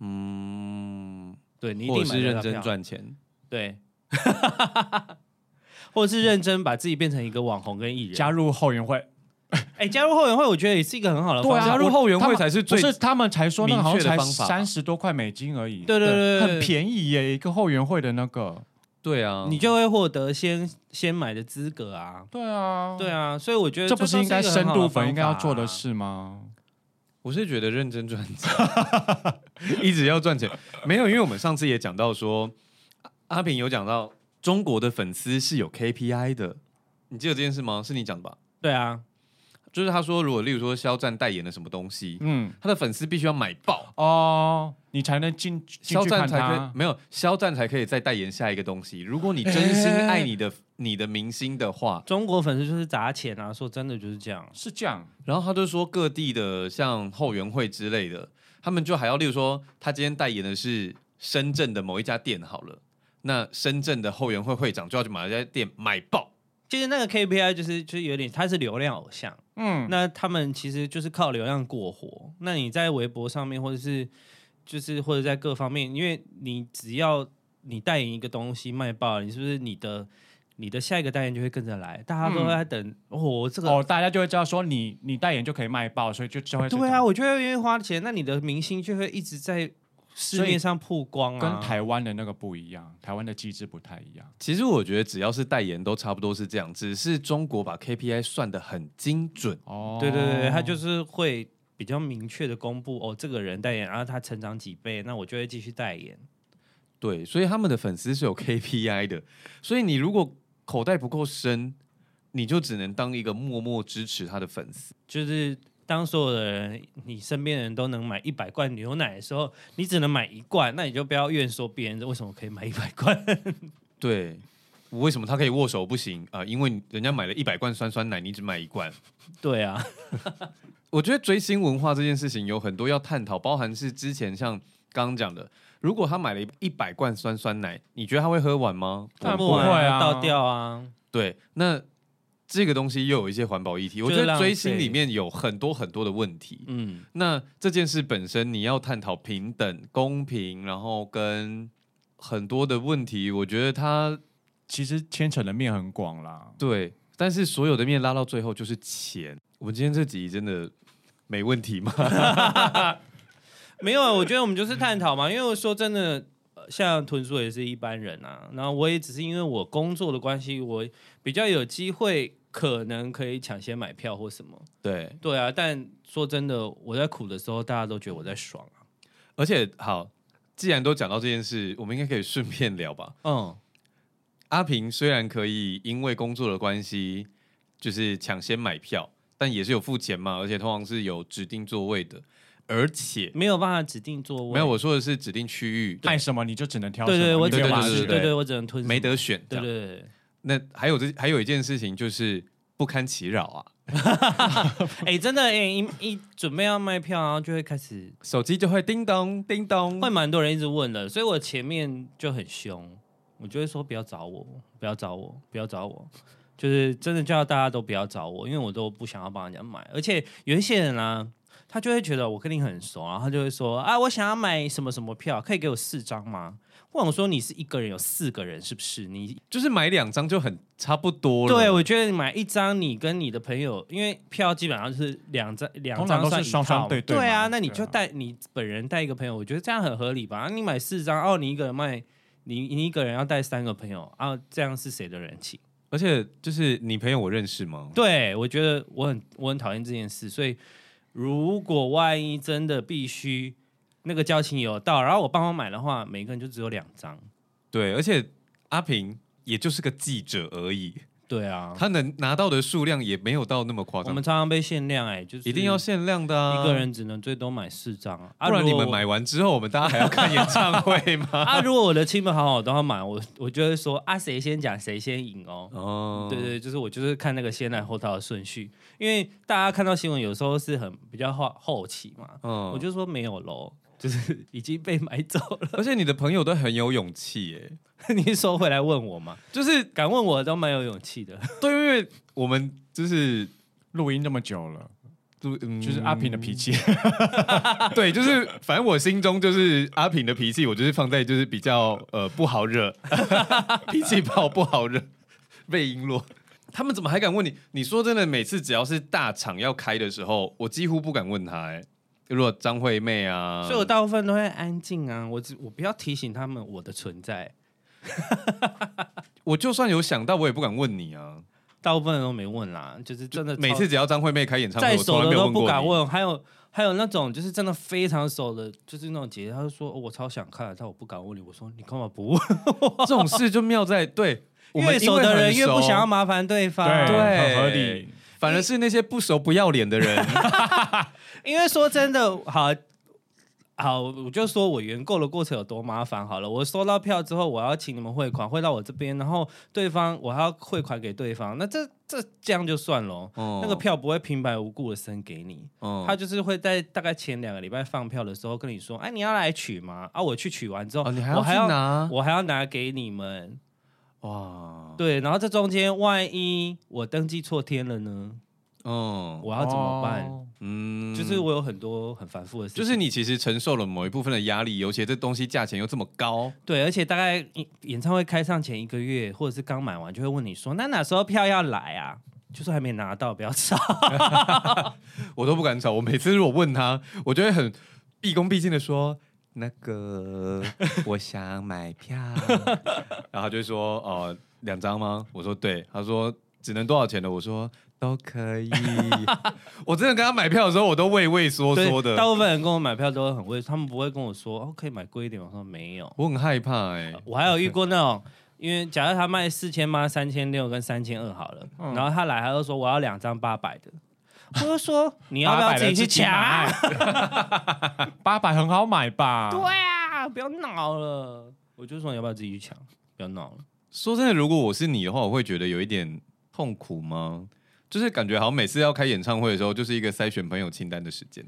S1: 嗯，
S2: 对你一
S1: 或者
S2: 定
S1: 是
S2: 买得
S1: 认
S2: 到
S1: 真
S2: 票
S1: 赚钱。
S2: 对， 或者是认真把自己变成一个网红跟艺人。
S3: 加入后援会。
S2: 哎、加入后援会，我觉得也是一个很好的
S3: 对
S2: 方
S3: 啊
S2: 式。
S1: 加入后援会才是
S3: 不
S1: 最
S3: 是他们才说那个好
S1: 明确的
S3: 像才
S1: 方法吧
S3: 三十多块美金而已，
S2: 对对对对对
S3: 很便宜耶，一个后援会的那个，
S1: 对啊，
S2: 你就会获得先先买的资格啊。
S3: 对啊，
S2: 对啊，所以我觉得
S3: 这不
S2: 是
S3: 是应该深度粉应该要做
S2: 的啊
S3: 的
S2: 事。
S3: 事吗？
S1: 我是觉得认真赚钱，一直要赚钱。 没有，因为我们上次也讲到说，阿阿平有讲到中国的粉丝是有 KPI 的，你记得这件事吗？是你讲的吧？
S2: 对啊，
S1: 就是他说，如果例如说肖战代言了什么东西，
S3: 嗯，
S1: 他的粉丝必须要买爆，
S3: 哦，你才能进进
S1: 肖
S3: 去
S1: 战
S3: 看
S1: 才可以
S3: 他，
S1: 没有肖战才可以再代言下一个东西。如果你真心爱你
S3: 哎
S1: 的、你的明星的话，
S2: 中国粉丝就是砸钱啊，说真的就是这样。
S3: 是这样，
S1: 然后他就说各地的像后援会之类的，他们就还要，例如说他今天代言的是深圳的某一家店好了，那深圳的后援会会长就要去把这家店买爆。
S2: 其实那个 KPI 就是就是有点，他是流量偶像，
S3: 嗯，
S2: 那他们其实就是靠流量过活。那你在微博上面，或者是就是或者在各方面，因为你只要你代言一个东西卖爆了，你是不是你的你的下一个代言就会跟着来？大家都
S3: 嗯
S2: 会在等、哦，这个
S3: 哦，大家就会知道说你你代言就可以卖爆，所以就就会是
S2: 对啊，，我就会愿意花钱，那你的明星就会一直在市面上曝光啊。
S3: 跟台湾的那个不一样，台湾的机制不太一样，
S1: 其实我觉得只要是代言都差不多是这样，只是中国把 KPI 算得很精准。
S3: 哦，
S2: 对对对，他就是会比较明确的公布哦，这个人代言，然后他成长几倍，那我就会继续代言。
S1: 对，所以他们的粉丝是有 KPI 的，所以你如果口袋不够深，你就只能当一个默默支持他的粉丝。
S2: 就是当所有的人，你身边的人都能买一百罐牛奶的时候，你只能买一罐，那你就不要怨说别人为什么可以买一百罐。
S1: 对，为什么他可以握手不行啊、因为人家买了一百罐酸酸奶，你只买一罐。
S2: 对啊，
S1: 我觉得追星文化这件事情有很多要探讨，包含是之前像刚刚讲的，如果他买了一百罐酸酸奶，你觉得他会喝完吗？
S3: 当然
S2: 不
S3: 不会啊
S2: 倒掉啊。
S1: 对，那这个东西又有一些环保议题，我
S2: 就
S1: 觉
S2: 是
S1: 得
S2: 浪
S1: 追星
S2: 费
S1: 里面有很多很多的问题。
S2: 嗯，
S1: 那这件事本身，你要探讨平等、公平，然后跟很多的问题，我觉得它
S3: 其实牵扯的面很广啦，
S1: 对，但是所有的面拉到最后就是钱。我们今天这集真的没问题吗？
S2: 没有啊，我觉得我们就是探讨嘛，因为我说真的。呃像豚叔也是一般人啊，然后我也只是因为我工作的关系，我比较有机会，可能可以抢先买票或什么。
S1: 对，
S2: 对啊，但说真的，我在苦的时候，大家都觉得我在爽啊。
S1: 而且好，既然都讲到这件事，我们应该可以顺便聊吧。
S2: 嗯，
S1: 阿平虽然可以因为工作的关系，就是抢先买票，但也是有付钱嘛，而且通常是有指定座位的，而且
S2: 没有办法指定座位。
S1: 没有我说的是指定区域，
S3: 卖什么你就只能挑什
S2: 对
S3: 么，
S2: 对，我
S3: 你
S2: 只
S3: 没有
S2: 能
S3: 办法
S1: 对
S2: 对
S1: 对对
S3: 吃
S2: 对，我只能吞什么。
S1: 没得选。这
S2: 对
S1: 样
S2: 对对。
S1: 那还有这还有一件事情就是不堪其扰啊，
S2: 哎、真的哎、一一准备要卖票，然后就会开始
S1: 手机就会叮咚叮咚
S2: 会。蛮多人一直问的，所以我前面就很凶，我就会说不要找我，不要找我，不要找我，就是真的叫大家都不要找我，因为我都不想要帮人家买，而且有一些人啊，他就会觉得我跟你很熟，然后他就会说啊，我想要买什么什么票，可以给我四张吗？或者说你是一个人有四个人是不是？你
S1: 就是买两张就很差不多了。
S2: 对我觉得你买一张，你跟你的朋友，因为票基本上是两张，两
S3: 通常
S2: 张
S3: 都
S2: 算
S3: 是
S2: 一
S3: 双
S2: 套
S3: 双
S2: 嘛
S3: 对对
S2: 对啊，
S3: 嘛
S2: 那你
S3: 对
S2: 就
S3: 啊
S2: 带你本人带一个朋友，我觉得这样很合理吧？你买四张，哦，你一个人卖，你你一个人要带三个朋友，啊，这样是谁的人气？
S1: 而且就是你朋友我认识吗？
S2: 对，我觉得我很我很讨厌这件事，所以如果万一真的必须那个交情有到，然后我帮忙买的话，每个人就只有两张。
S1: 对，而且阿平也就是个记者而已，
S2: 对啊，
S1: 他能拿到的数量也没有到那么夸
S2: 我
S1: 张
S2: 们，常常被限量、哎，就是
S1: 一定要限量的、啊，
S2: 一个。人只能最多买四张啊，啊
S1: 不然你
S2: 如果
S1: 们
S2: 我
S1: 买完之后，我们大家还要看演唱会吗？
S2: 啊，如果我的亲朋好友都要买，我我就会说啊，谁先讲谁先赢哦。
S1: 哦，
S2: 对对，就是我就是看那个先来后到的顺序，因为大家看到新闻有时候是很比较后后期嘛，
S1: 嗯
S2: 我就说没有喽，就是已经被买走了。
S1: 而且你的朋友都很有勇气耶，
S2: 你收回来问我嘛？
S1: 就是
S2: 敢问我都蛮有勇气的。
S1: 对，因为我们就是
S3: 录音这么久了，
S1: 就嗯
S3: 就是阿平的脾 气，
S1: 对，就是反正我心中就是阿平的脾气，我就是放在就是比较呃不好惹， 脾气暴不好惹，被璎珞。他们怎么还敢问你？你说真的，每次只要是大厂要开的时候，我几乎不敢问他、欸。如果张惠妹啊，
S2: 所以我大部分都会安静啊，我只我不要提醒他们我的存在，
S1: 我就算有想到，我也不敢问你啊。
S2: 大部分人都没问啦，就是真的
S1: 每次只要张惠妹开演唱会，
S2: 在
S1: 我从
S2: 手
S1: 来
S2: 的
S1: 没有
S2: 都
S1: 问过
S2: 不敢
S1: 你。
S2: 问，还有还有那种就是真的非常熟的，就是那种姐姐，她就说、哦我超想看，但我不敢问你，我说你干嘛不问？
S1: 这种事就妙在对，我们
S2: 越
S1: 因
S2: 熟
S1: 为
S2: 的
S1: 很
S2: 人越不
S1: 熟
S2: 想要麻烦对方，
S1: 对
S3: 很合
S2: 哦
S3: 理。
S1: 反而是那些不熟不要脸的人，
S2: 因为说真的，好好，我就说我原购的过程有多麻烦好了。我收到票之后，我要请你们汇款，汇到我这边，然后对方我还要汇款给对方，那这这这样就算了哦。
S1: 哦
S2: 那个票不会平白无故的生给你，
S1: 哦
S2: 他就是会在大概前两个礼拜放票的时候跟你说，哎，你要来取吗？啊，我去取完之后，
S1: 哦，你还
S2: 我
S1: 要去
S2: 还要
S1: 拿
S2: 我还要拿给你们。
S1: 哇，
S2: 对，然后这中间万一我登记错天了呢？
S1: 嗯
S2: 我要怎么办？
S3: 哦
S1: 嗯，
S2: 就是我有很多很繁复的事情，
S1: 就是你其实承受了某一部分的压力，尤其这东西价钱又这么高，
S2: 对，而且大概演演唱会开上前一个月，或者是刚买完，就会问你说：“那哪时候票要来啊？”就是还没拿到，不要吵。
S1: 我都不敢找。我每次如果问他，我就会很毕恭毕敬的说。那 个，我想买票，然后他就说：“哦、两张吗？”我说：“对。”他说：“只能多少钱的？”我说：“都可 以。”我真的跟他买票的时候，我都畏畏缩缩
S2: 对大
S1: 的，
S2: 部分人跟我买票都会很畏，他们不会跟我说：“哦，可以买贵一点。”我说：“没有。
S1: 我很害怕哎、”
S2: 我还有遇过那种，因为假如他卖四千八、三千六跟三千二好了，然后他来，他就说：“我要两张八百的。”我就 说：“你要不要
S3: 800
S2: 自己去抢啊？
S3: 买？八百很好买吧？
S2: 对啊，不要闹了。”我就说：“你要不要自己去抢？不要闹了。
S1: 说真的，如果我是你的话，我会觉得有一点痛苦吗？就是感觉好像每次要开演唱会的时候，就是一个筛选朋友清单的时间。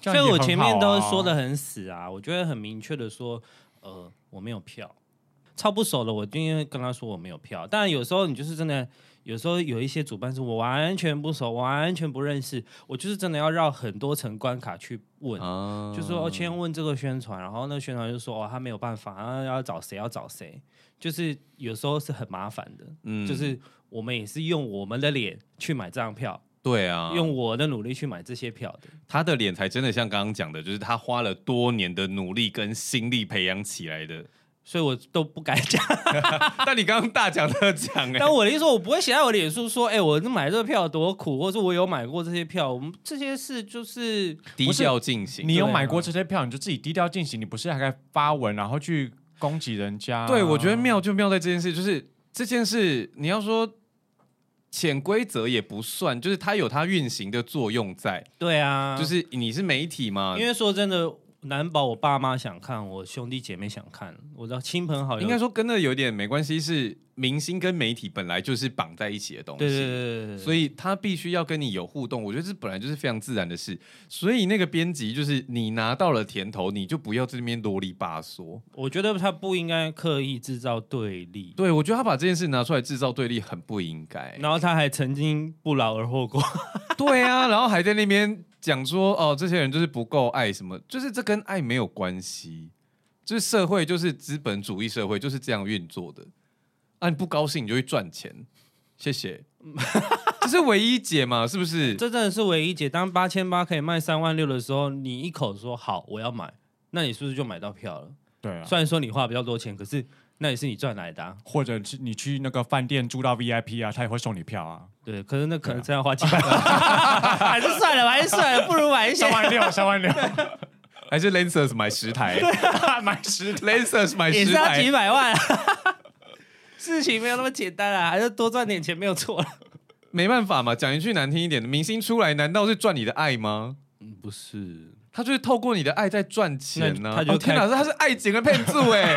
S3: 这
S2: 所以
S3: 样也
S2: 我
S3: 很好啊
S2: 前面都说的很死啊，我觉得很明确的说，呃，我没有票，超不熟的，我今天跟他说我没有票。当然有时候你就是真的，有时候有一些主办是我完全不熟，我完全不认识，我就是真的要绕很多层关卡去问。
S1: 啊，
S2: 就说、哦、先问这个宣传，然后那个宣传就说哦他没有办法，然后要找谁要找谁，就是有时候是很麻烦的，
S1: 嗯
S2: 就是我们也是用我们的脸去买这张票，
S1: 对啊，用
S2: 用我的努力去买这些票的。
S1: 他的脸才真的像刚刚讲的，就是他花了多年的努力跟心力培养起来 的。
S2: 所以我都不敢 讲。
S1: 但你刚刚大讲特讲哎、
S2: 但我的意思说，我不会写在我脸书说，哎、我买这个票多苦，或者我有买过这些票。我们这些事就是
S1: 低调进行。
S3: 你有
S2: 对啊
S3: 买过这些票，你就自己低调进行，你不是还该发文然后去攻击人家？
S1: 对，我觉得妙就妙在这件事，就是这件事你要说潜规则也不算，就是它有它运行的作用在，
S2: 对啊，
S1: 就是啊你是媒体嘛，
S2: 因为说真的，难保我爸妈想看，我兄弟姐妹想看，我的亲朋好友
S1: 应该说跟那有点没关系，是明星跟媒体本来就是绑在一起的东西，
S2: 对对对对对，
S1: 所
S2: 以
S1: 以他必须要跟你有互动。我觉得这本来就是非常自然的事，所以那个编辑就是你拿到了甜头，你就不要这边啰里吧嗦。
S2: 我觉得他不应该刻意制造对立。
S1: 对我觉得他把这件事拿出来制造对立很不应该。
S2: 然后他还曾经不劳而获过，
S1: 对啊，然后还在那边讲说哦，这些人就是不够爱什么，就是这跟爱没有关系。就是社会就是资本主义社会就是这样运作的。啊，你不高兴你就去赚钱，谢 谢，这是唯一解嘛？是不是？
S2: 这真的是唯一解。当八千八可以卖三万六的时候，你一口说好我要买，那你是不是就买到票了？
S3: 对啊，
S2: 虽然说你花比较多钱，可是那也是你赚来的、啊。
S3: 或者是你去那个饭店住到 VIP 啊，他也会送你票啊，
S2: 对，可是那可能真要花几百万， 还是算了吧，还是算了，不如买一些
S3: 三万六，三万六，
S1: 还是 Lancers 买十台
S3: 买十
S1: ，Lancers 买
S2: 啊也
S1: 十
S2: 是要几
S1: 台，
S2: 百万、啊。事情没有那么简单啊，还是多赚点钱没有错啦。
S1: 没办法嘛。讲一句难听一点的，明星出来难道是赚你的爱吗？
S2: 嗯，不是，
S1: 他就是透过你的爱在赚钱呢、
S2: 那他就
S1: 哦天哪，
S2: 开
S1: 他是爱情的骗子哎，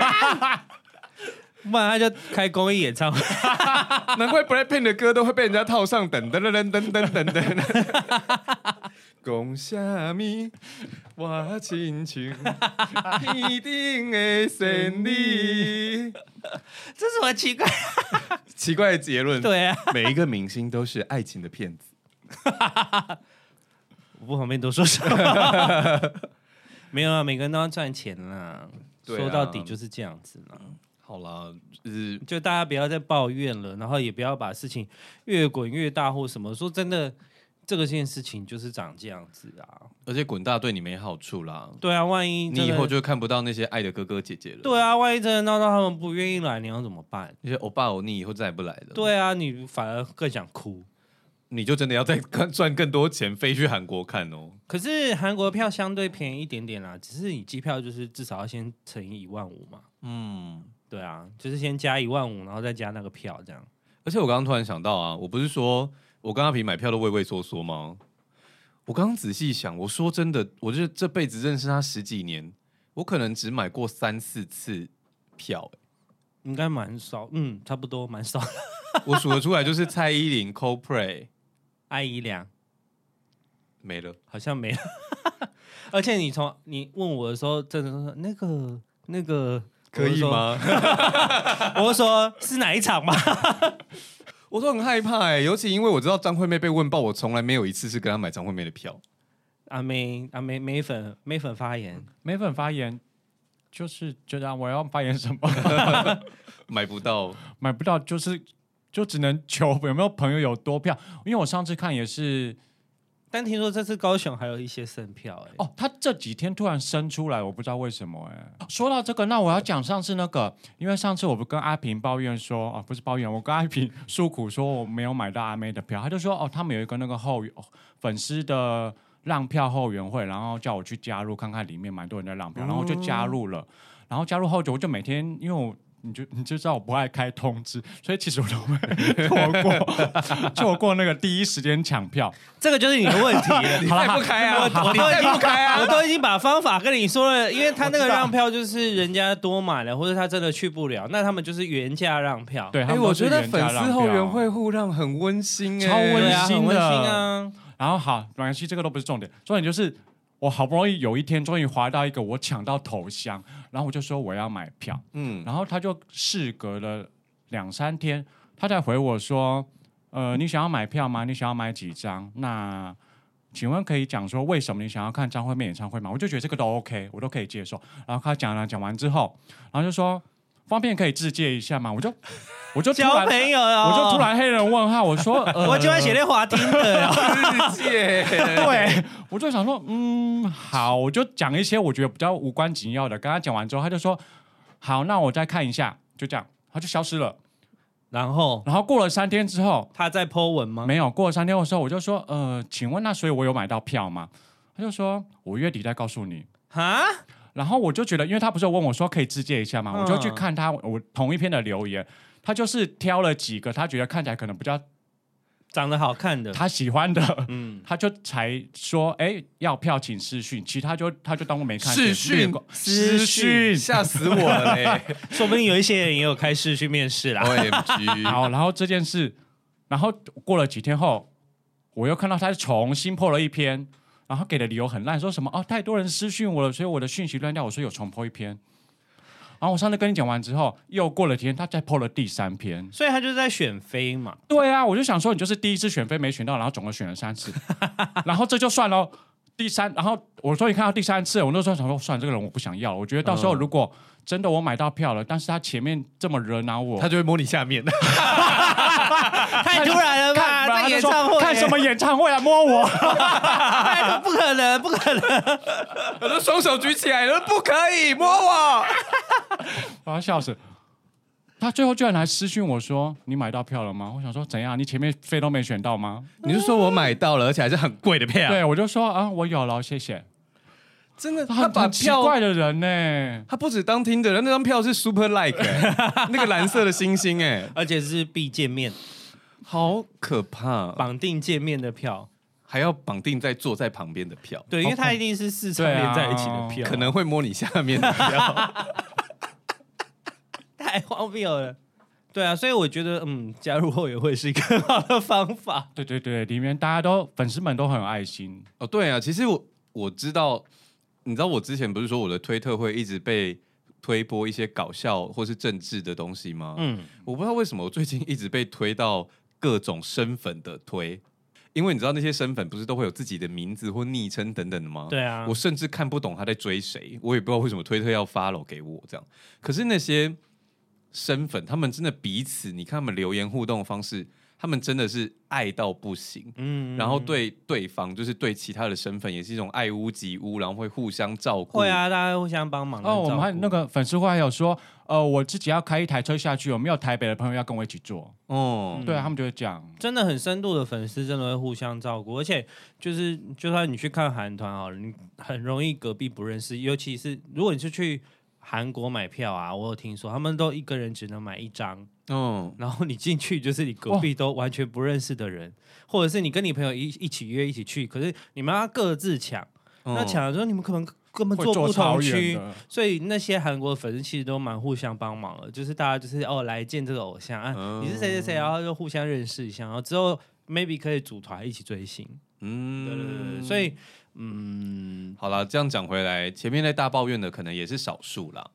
S2: 不然他就开公益演唱会。
S1: 难怪 Brad Pitt 的歌都会被人家套上等等等等等等等。 讲什么？啊我亲像天顶的神力。
S2: 这是什么奇怪？
S1: 奇怪的结论。，
S2: 对啊，
S1: 每一个明星都是爱情的骗子。
S2: 我不方便多说什么。 没有啊，每个人都要赚钱啦。
S1: 对啊
S2: 说到底就是这样子啦，
S1: 好啦，就是
S2: 就大家不要再抱怨了，然后也不要把事情越滚越大或什么。说真的，这个件事情就是长这样子啊。
S1: 而且滚大对你没好处啦，
S2: 对啊，万一
S1: 你
S2: 真
S1: 以
S2: 的
S1: 后就会看不到那些爱的哥哥姐姐了。，
S2: 对啊，万一真的闹到他们不愿意来，你要怎么办？
S1: 那些欧巴欧尼以后再也不来了。，
S2: 对啊，你反而更想哭。
S1: 你就真的要再赚赚更多钱，飞去韩国看哦。
S2: 可是韩国票相对便宜一点点啦，只是你机票就是至少要先乘以一万五嘛。
S1: 嗯，
S2: 对啊，就是先加一万五，然后再加那个票这样。
S1: 而且我刚刚突然想到啊，我不是说我跟阿皮买票都畏畏缩缩吗？我刚刚仔细想，我说真的，我就是这辈子认识他十几年，我可能只买过三四次票、
S2: 应该蛮少，嗯，差不多蛮少。
S1: 我数得出来，就是蔡依林、CoPlay
S2: 爱姨良
S1: 没了。
S2: 好像没了， 而且你从你问我的时候，真的说那个那个
S1: 可以？吗？
S2: 我就说我就说是哪一场吗？
S1: 我都很害怕哎、尤其因为我知道张惠妹被问爆，我从来没有一次是跟她买张惠妹的票。
S2: 阿妹阿妹妹粉妹粉发言，
S3: 美粉发言就是觉得啊我要发言什么，
S1: 买不到，
S3: 买不到就是就只能求有没有朋友有多票，因为我上次看也是
S2: 但听说这次高雄还有一些剩票、哎、
S3: 哦，他这几天突然生出来，我不知道为什么哎。说到这个，那我要讲上次那个，因为上次我不跟阿平抱怨说，哦，不是抱怨，我跟阿平诉苦说我没有买到阿妹的票，他就说哦，他们有一个那个后援哦粉丝的浪票后援会，然后叫我去加入看看里面蛮多人在浪票，然后我就加入了，然后加入后久我就每天因为我。你就你就知道我不爱开通知，所以其实我都会 错过错过那个第一时间抢票。
S2: 这个就是你的问题了。
S1: 你再不开啊！
S2: 我
S1: 你
S2: 都已
S1: 再
S2: 经
S1: 不开啊！
S2: 我都已经把方法跟你说了，因为他那个
S3: 我知道
S2: 让票就是人家多买了，或者他真的去不了，那他们就是原价让票。
S3: 对，他
S1: 哎、
S3: 们
S1: 我
S3: 都是
S1: 觉得
S3: 原
S1: 粉
S3: 价
S1: 丝
S3: 让
S1: 后
S3: 票
S1: 援会互让很温馨、欸，
S3: 超温
S2: 对
S3: 馨
S2: 啊，很温馨啊。
S3: 然后好，没关系，这个都不是重点，重点就是我好不容易有一天终于滑到一个我抢到头香，然后我就说我要买票，
S1: 嗯，
S3: 然后他就事隔了两三天，他才回我说，呃，你想要买票吗？你想要买几张？那请问可以讲说为什么你想要看张惠妹演唱会吗？我就觉得这个都 OK，我都可以接受。然后他讲了讲完之后，然后就说方便可以自介一下吗？我就我就突
S2: 交
S3: 然
S2: 朋友哦，
S3: 我就突然黑人问号，我说、 呃、
S2: 我喜欢写那滑听的哦，
S1: 世 界
S3: 对，我就想说，嗯，好，我就讲一些我觉得比较无关紧要的。跟他讲完之后，他就说，好，那我再看一下，就这样，他就消失了。
S2: 然后
S3: 然后过了三天之后，
S2: 他在 Po 文吗？
S3: 没有，过了三天的时候，我就说，呃，请问那所以我有买到票吗？他就说，我月底再告诉你。
S2: 啊，
S3: 然后我就觉得，因为他不是有问我说可以自荐一下吗？
S2: 嗯
S3: 我就去看他我同一篇的留言，他就是挑了几个他觉得看起来可能比较
S2: 长得好看的，
S3: 他喜欢的，
S2: 嗯，
S3: 他就才说，哎、要票请视讯，其他就他就当我没看见。
S1: 视
S3: 略
S1: 讯
S3: 过，
S2: 私讯
S1: 吓死我了嘞、
S2: 说不定有一些人也有开视讯面试啦。
S1: o m g
S3: 好，然后这件事，然后过了几天后，我又看到他重新破了一篇，然后给的理由很烂，说什么哦，太多人私讯我了，所以我的讯息乱掉。我说有重破一篇，然后我上次跟你讲完之后，又过了几天，他再破了第三篇。
S2: 所以他就是在选妃嘛，
S3: 对啊，我就想说你就是第一次选妃没选到，然后总共选了三次，然后这就算喽。第三，然后我说你看到第三次，我那时候想说，算了，这个人我不想要了。我觉得到时候
S1: 嗯
S3: 如果真的我买到票了，但是他前面这么惹恼我，
S4: 他就会摸你下 面。
S2: 太突然了吧？
S3: 看
S2: 在
S3: 他就
S2: 演
S3: 说
S2: 唱会
S3: 看什么演唱会啊，摸 我。
S2: 哎？不可能，不可能！
S1: 我的双手举起来了，不可以摸 我。
S3: 我要笑死。他最后居然还私讯我说：“你买到票了吗？”我想说怎样？你前面飞都没选到吗？
S4: 你是说我买到了，而且还是很贵的票？
S3: 对，我就说啊，我有了，谢谢。
S1: 真的，他
S3: 他
S1: 把
S3: 很奇
S1: 票
S3: 怪的人呢、
S1: 他不止当听的人，那张票是 Super Like，、欸、 那个蓝色的星星、欸，
S2: 而且是必见面、
S1: 好可怕！
S2: 绑定见面的票，
S1: 还要绑定在坐在旁边的票，
S2: 对，因为它一定是四场
S3: 对啊
S2: 连在一起的票，
S1: 可能会摸你下面的票。
S2: 太荒谬了。对啊，所以我觉得，嗯，加入后援会是一个很好的方法。
S3: 对对对，里面大家都粉丝们都很有爱心。
S1: 哦，对啊，其实我我知道，你知道我之前不是说我的推特会一直被推播一些搞笑或是政治的东西吗？
S2: 嗯，
S1: 我不知道为什么我最近一直被推到各种身粉的推，因为你知道那些身粉不是都会有自己的名字或昵称等等的吗？
S2: 对啊
S1: 我，甚至看不懂他在追谁，我也不知道为什么推特要 follow 给我这样。可是那些身粉，他们真的彼此，你看他们留言互动的方式，他们真的是爱到不行。
S2: 嗯
S1: 然后对对方，就是对其他的身份，也是一种爱屋及乌，然后会互相照顾。
S2: 会，啊，大家互相帮忙。
S3: 哦，我们还
S2: 照顾啊
S3: 那个粉丝会还有说，呃，我自己要开一台车下去，有没有台北的朋友要跟我一起坐？
S2: 嗯
S1: 哦、
S3: 对啊，他们就会讲，
S2: 真的很深度的粉丝，真的会互相照顾，而且就是就算你去看韩团好了，你很容易隔壁不认识，尤其是如果你是去韩国买票啊，我有听说他们都一个人只能买一张，
S1: 嗯，
S2: 然后你进去就是你隔壁都完全不认识的人，或者是你跟你朋友一一起约一起去，可是你们要各自抢，
S1: 嗯
S2: 那抢了之后你们可能根本
S3: 会
S2: 坐不
S3: 超
S2: 同
S3: 远
S2: 区，
S3: 的。
S2: 所以那些韩国粉丝其实都蛮互相帮忙的，就是大家就是哦来见这个偶像啊，
S1: 嗯
S2: 你是谁谁谁，然后就互相认识一下，然后之后 maybe 可以组团一起追星。
S1: 嗯，
S2: 对对对对，所以嗯，
S1: 好啦，这样讲回来，前面那大抱怨的可能也是少数啦。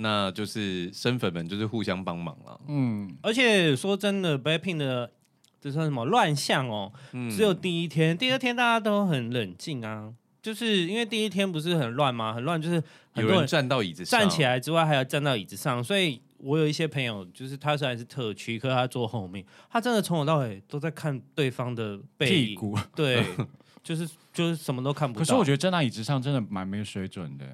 S1: 那就是身粉们就是互相帮忙啦。
S3: 嗯，
S2: 而且说真的，BLACKPINK 的这算什么乱象哦？
S1: 嗯
S2: 只有第一天，第二天大家都很冷静啊，就是因为第一天不是很乱吗？很乱就是
S1: 有
S2: 很多
S1: 人
S2: 人
S1: 站到椅子上，
S2: 站起来之外，还要站到椅子上，所以我有一些朋友，就是他虽然是特区，可是他坐后面，他真的从头到尾都在看对方的背
S3: 屁
S2: 影，
S3: 股。
S2: 对，就是就是什么都看不到。
S3: 可是我觉得站在椅子上真的蛮没水准的。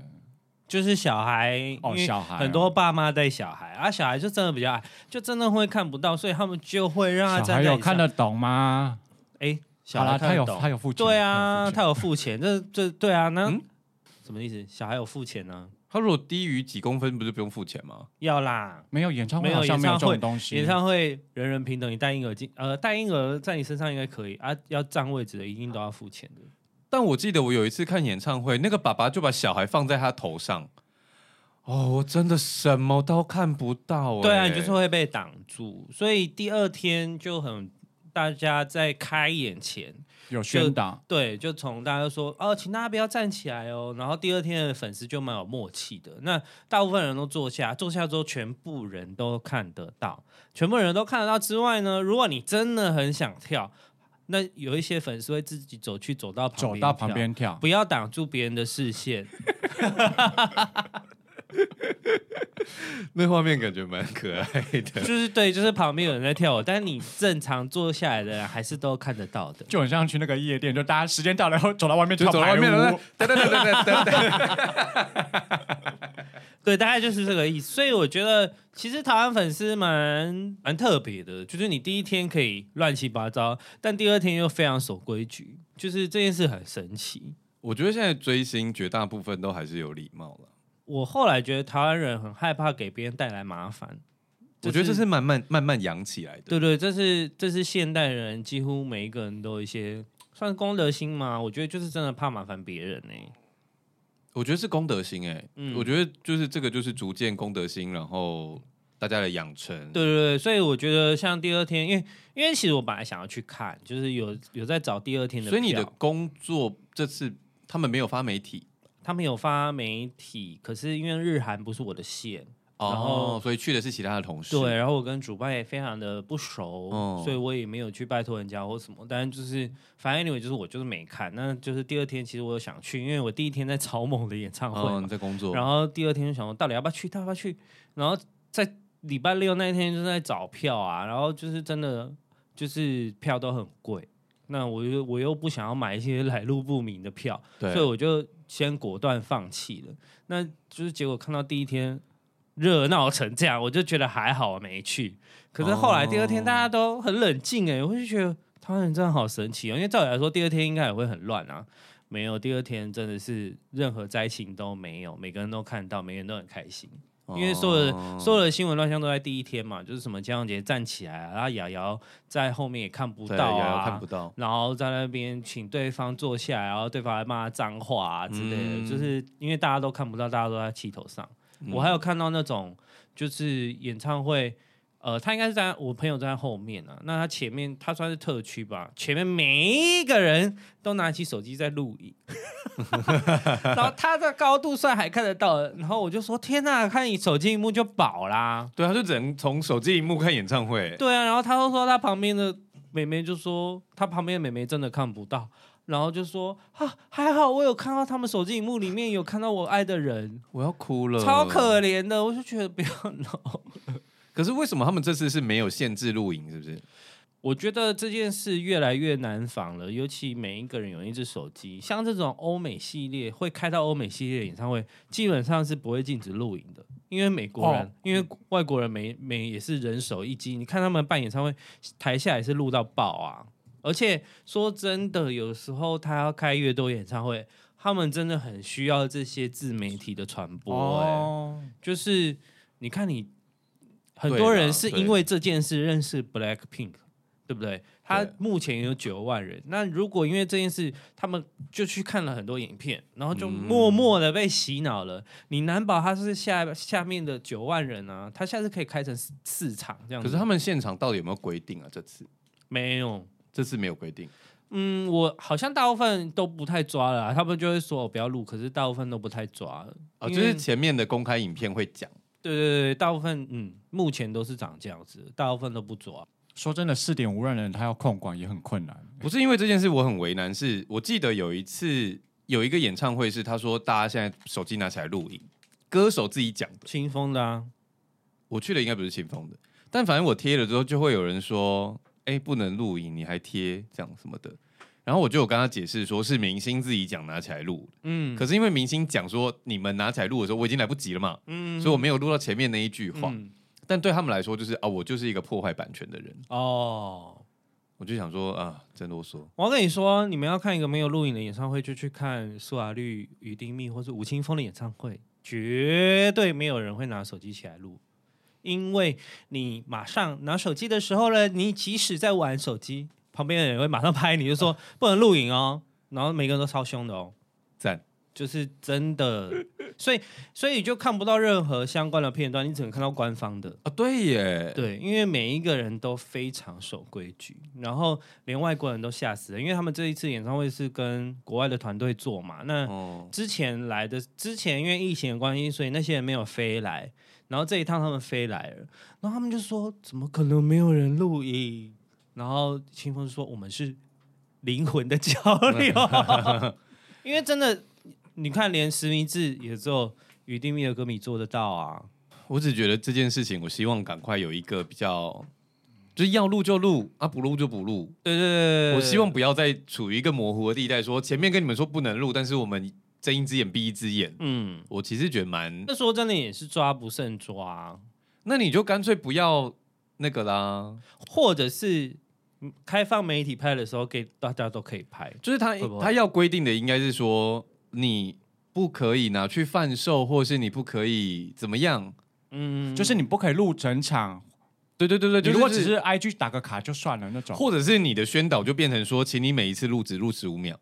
S2: 就是小孩，
S3: 哦
S2: 因为
S3: 小孩哦
S2: 很多爸妈带小孩，啊，小孩就真的比较矮，就真的会看不到，所以他们就会让他
S3: 小
S2: 站在
S3: 孩
S2: 椅
S3: 有
S2: 子
S3: 看
S2: 上
S3: 得懂吗？
S2: 哎，小
S3: 好啦，
S2: 孩
S3: 他
S2: 看
S3: 有
S2: 得
S3: 他
S2: 懂，
S3: 有付钱。
S2: 对啊，
S3: 他
S2: 他
S3: 有付钱
S2: 有付钱，这这对啊，那
S1: 嗯
S2: 什么意思？小孩有付钱呢，
S1: 他如果低于几公分，不是不用付钱吗？
S2: 要啦。
S3: 没有演唱会
S2: 没有
S3: 好像没有这
S2: 演唱会
S3: 种东西。
S2: 演唱会人人平等，你带婴儿进，呃，带婴儿在你身上应该可以啊，要占位置的一定都要付钱的。
S1: 但我记得我有一次看演唱会，那个爸爸就把小孩放在他头上。哦，我真的什么都看不到、欸。
S2: 对啊，你就是会被挡住，所以第二天就很，大家在开演前
S3: 有宣导，
S2: 对，就从大家都说哦，请大家不要站起来哦。然后第二天的粉丝就蛮有默契的，那大部分人都坐下，坐下之后全部人都看得到，全部人都看得到之外呢，如果你真的很想跳，那有一些粉丝会自己走去走到旁边
S3: 走到旁
S2: 跳，
S3: 边跳。
S2: 不要挡住别人的视 线。
S1: 那画面感觉蛮可爱 的。
S2: 就是对，就是旁边有人在跳舞，但你正常坐下来的人还是都看得到的。
S3: 就很像去那个夜店，就大家时间到了，然后走到外面
S1: 就
S3: 跳
S1: 走到
S3: 排
S1: 外面了
S3: 舞，
S1: 等等等等等等。
S2: 对，大概就是这个意思。所以我觉得，其实台湾粉丝蛮蛮特别的，就是你第一天可以乱七八糟，但第二天又非常守规矩，就是这件事很神奇。
S1: 我觉得现在追星绝大部分都还是有礼貌了。
S2: 我后来觉得台湾人很害怕给别人带来麻烦，
S1: 我觉得这是慢慢慢慢养起来的。
S2: 对对，这是这是现代人几乎每一个人都有一些算是公德心嘛，我觉得就是真的怕麻烦别人欸呢、
S1: 我觉得是功德心哎、
S2: 嗯
S1: 我觉得就是这个就是逐渐功德心，然后大家的养成。
S2: 对对对，所以我觉得像第二天，因为因为其实我本来想要去看，就是有有在找第二天的
S1: 所
S2: 票，
S1: 以你的工作这次他们没有发媒体
S2: 他们有发媒体，可是因为日韩不是我的线，然后
S1: 哦，所以去的是其他的同事。
S2: 对，，然后我跟主办也非常的不熟，
S1: 哦
S2: 所以我也没有去拜托人家或什么。但就是反正 anyway，就是我就是没看。那就是第二天，其实我有想去，因为我第一天在草蜢的演唱会
S1: 嗯，
S2: 嘛
S1: 你在工作，
S2: 然后第二天就想说到底要不要去，到底要不要去。然后在礼拜六那一天就是在找票啊，然后就是真的就是票都很贵。那我又我又不想要买一些来路不明的票，所以
S1: 对，
S2: 我就先果断放弃了。那就是结果看到第一天热闹成这样，我就觉得还好没去。可是后来第二天
S1: 哦
S2: 大家都很冷静哎、我就觉得台湾人真的好神奇哦、因为照理来说第二天应该也会很乱啊。没有，第二天真的是任何灾情都没有，每个人都看到，每个人都很开心。
S1: 哦
S2: 因为所有的、所有的新闻乱象都在第一天嘛，就是什么江宏杰站起来、啊，然后瑶瑶在后面也看不
S1: 对
S2: 到
S1: 有有
S2: 啊，
S1: 看不到，
S2: 然后在那边请对方坐下来，然后对方还骂他脏话啊之类的，
S1: 嗯
S2: 就是因为大家都看不到，大家都在气头上。我还有看到那种就是演唱会，呃，他应该是在我朋友在后面啊，那他前面他算是特区吧，前面每一个人都拿起手机在录影， 然后他的高度算还看得到的，然后我就说天呐，看你手机荧幕就饱啦。
S1: 对，他就只能从手机荧幕看演唱会。
S2: 对啊，然后他就说他旁边的妹妹就说他旁边的妹妹真的看不到，然后就说啊还好我有看到他们手机荧幕里面有看到我爱的人，
S1: 我要哭了，
S2: 超可怜的，我就觉得不要闹。
S1: 可是为什么他们这次是没有限制录影？是不是？
S2: 我觉得这件事越来越难防了，尤其每一个人有一只手机，像这种欧美系列会开到欧美系列演唱会，基本上是不会禁止录影的，因为美国人，
S3: 哦
S2: 因为外国人每每也是人手一机，你看他们办演唱会，台下也是录到爆啊！而且说真的，有时候他要开越多演唱会，他们真的很需要这些自媒体的传播、欸，
S3: 哦，
S2: 就是你看你很
S1: 对
S2: 多
S1: 啦
S2: 人是
S1: 对
S2: 因为这件事认识 Black Pink，对不对？他
S1: 对
S2: 目前有九万人，那如果因为这件事，他们就去看了很多影片，然后就默默的被洗脑了。你难保他是下下面的九万人啊，他下次可以开成四四场这样
S1: 可
S2: 子。
S1: 是他们现场到底有没有规定啊？这次
S2: 没有，
S1: 这次没有规定，
S2: 嗯，我好像大部分都不太抓了啊、他们就会说我不要录，可是大部分都不太抓了。
S1: 哦，
S2: 因
S1: 就
S2: 为
S1: 是前面的公开影片会讲，
S2: 对对对，大部分嗯，目前都是长这样子，大部分都不抓。
S3: 说真的，四点五万人他要控管也很困难。
S1: 不是因为这件事我很为难，是我记得有一次有一个演唱会是他说大家现在手机拿起来录影，歌手自己讲的，
S2: 清风的啊，
S1: 我去的应该不是清风的，但反正我贴了之后就会有人说，哎、不能录影，你还贴这样什么的。然后我就有跟他解释说，是明星自己讲拿起来录，
S2: 嗯，
S1: 可是因为明星讲说你们拿起来录的时候，我已经来不及了嘛，
S2: 嗯
S1: 所以我没有录到前面那一句话。
S2: 嗯
S1: 但对他们来说，就是啊，我就是一个破坏版权的人。
S2: 哦，
S1: 我就想说啊，真啰嗦。
S2: 我要跟你说，你们要看一个没有录影的演唱会，就去看苏打绿、于丁蜜或是吴青峰的演唱会，绝对没有人会拿手机起来录，因为你马上拿手机的时候呢，你即使在玩手机，旁边的人会马上拍你，就说、不能录影哦， 然后每个人都超凶的哦，
S1: 赞，
S2: 就是真的，所以所以就看不到任何相关的片段，你只能看到官方的。
S1: 啊，对耶，
S2: 对，因为每一个人都非常守规矩，然后连外国人都吓死了，因为他们这一次演唱会是跟国外的团队做嘛。那
S1: 哦，
S2: 之前来的，之前因为疫情的关系，所以那些人没有飞来，然后这一趟他们飞来了，然后他们就说：“怎么可能没有人录影？”然后清风说：“我们是灵魂的交流， 因为真的，你看连实名制也只有于定密的歌迷做得到啊。”
S1: 我只觉得这件事情，我希望赶快有一个比较，就是要录就录，啊不录就不录。
S2: 对对对对，
S1: 我希望不要再处于一个模糊的地带，说前面跟你们说不能录，但是我们睁一只眼闭一只眼。
S2: 嗯。
S1: 我其实觉得蛮，
S2: 那说真的也是抓不胜抓，
S1: 那你就干脆不要那个啦。
S2: 或者是嗯开放媒体拍的时候给大家都可以拍。
S1: 就是他
S2: 会不会
S1: 他要规定的应该是说你不可以拿去贩售，或是你不可以怎么样。
S2: 嗯，
S3: 就是你不可以录整场，
S1: 对对对对，
S3: 你
S1: 就
S3: 如果只是 IG 打个卡就算了那种。
S1: 或者是你的宣导就变成说，请你每一次录只录十五秒。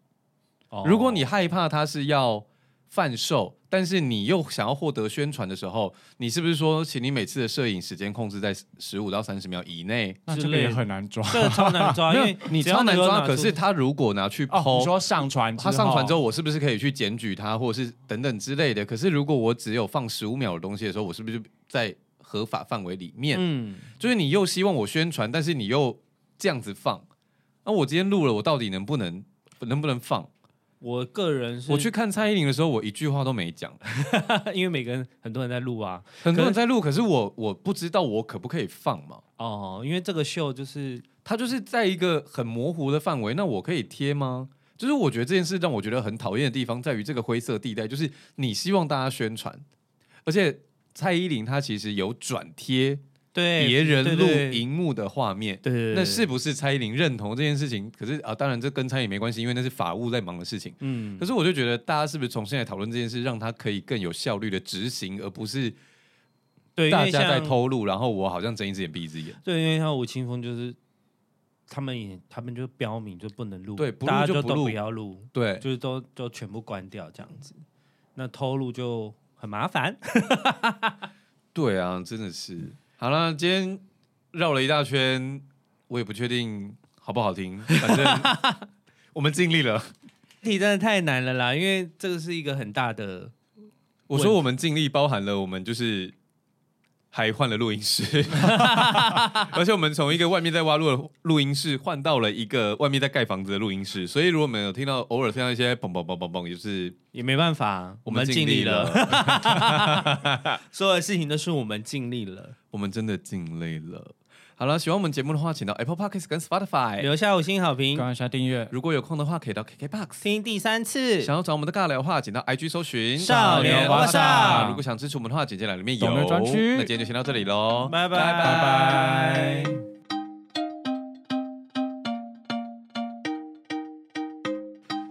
S2: 哦
S1: 如果你害怕它是要贩售，但是你又想要获得宣传的时候，你是不是说，请你每次的摄影时间控制在十五到三十秒以内？
S3: 那
S2: 之
S3: 这个也
S2: 类
S3: 很难抓。
S2: 这个超难啊 抓，因为
S1: 你
S2: 只要
S1: 超难
S2: 能够
S1: 抓，
S2: 拿
S1: 可
S2: 出
S1: 是他如果拿去
S3: 哦，你
S1: 剖、
S3: 说哦上传，
S1: 他上传之后，，我是不是可以去检举他，或者是等等之类的？可是如果我只有放十五秒的东西的时候，我是不是就在合法范围里面？
S2: 嗯，
S1: 就是你又希望我宣传，但是你又这样子放，那我今天录了，我到底能不能能不能放？
S2: 我个人是
S1: 我去，看蔡依林的时候，我一句话都没讲。
S2: 因为每个人很多人在录啊，
S1: 很多人在录，可是我我不知道我可不可以放嘛。
S2: 哦，因为这个秀就是
S1: 它就是在一个很模糊的范围，那我可以贴吗？就是我觉得这件事让我觉得很讨厌的地方在于这个灰色地带，就是你希望大家宣传，而且蔡依林她其实有转贴
S2: 哎对
S1: 别人录
S2: 对对
S1: 荧幕的画面，
S2: 对对对，
S1: 那是不是蔡依林认同这件事情？可是啊，当然这跟蔡依林没关系，因为那是法务在忙的事情。
S2: 嗯
S1: 可是我就觉得大家是不是重新来讨论这件事，让它可以更有效率的执行，而不是
S2: 对，因
S1: 大
S2: 为
S1: 家
S2: 像
S1: 在偷录，然后我好像睁一只眼闭一只眼。
S2: 对，因为像吴青峰就是他们也他们就标明就不能录，
S1: 对不录
S2: 大家
S1: 就不
S2: 都
S1: 录
S2: 不要录，
S1: 对，
S2: 就是都都全部关掉这样子，那偷录就很麻烦。
S1: 对啊，真的是。好了，今天绕了一大圈，我也不确定好不好听，反 正我们尽力了。
S2: 题真的太难了啦，因为这个是一个很大的，
S1: 我说我们尽力，包含了我们就是还换了录音室， 而且我们从一个外面在挖路的录音室换到了一个外面在盖房子的录音室，所以如果我们有听到偶尔听到一些砰砰砰砰砰，就是
S2: 也没办法，我们
S1: 尽
S2: 尽力了，
S1: 了，
S2: 所有的事情都是我们尽力了。
S1: 我们真的尽力了。好了，喜欢我们节目的话，请到 Apple Podcast 跟 Spotify。
S2: 留下五星好
S3: 哎刚
S2: 评，
S3: 刚下订阅。
S1: 如果有空的话，可以到 KKBox。
S2: 听第三次，
S1: 想要找我们的尬聊的话，请到 IG 搜寻
S2: 少
S3: 年华上
S1: 如果想支持我们的话，简介栏里面有
S3: 懂内专区
S1: 那今天就先到这里喽，
S2: 拜拜
S1: 拜
S3: 拜拜。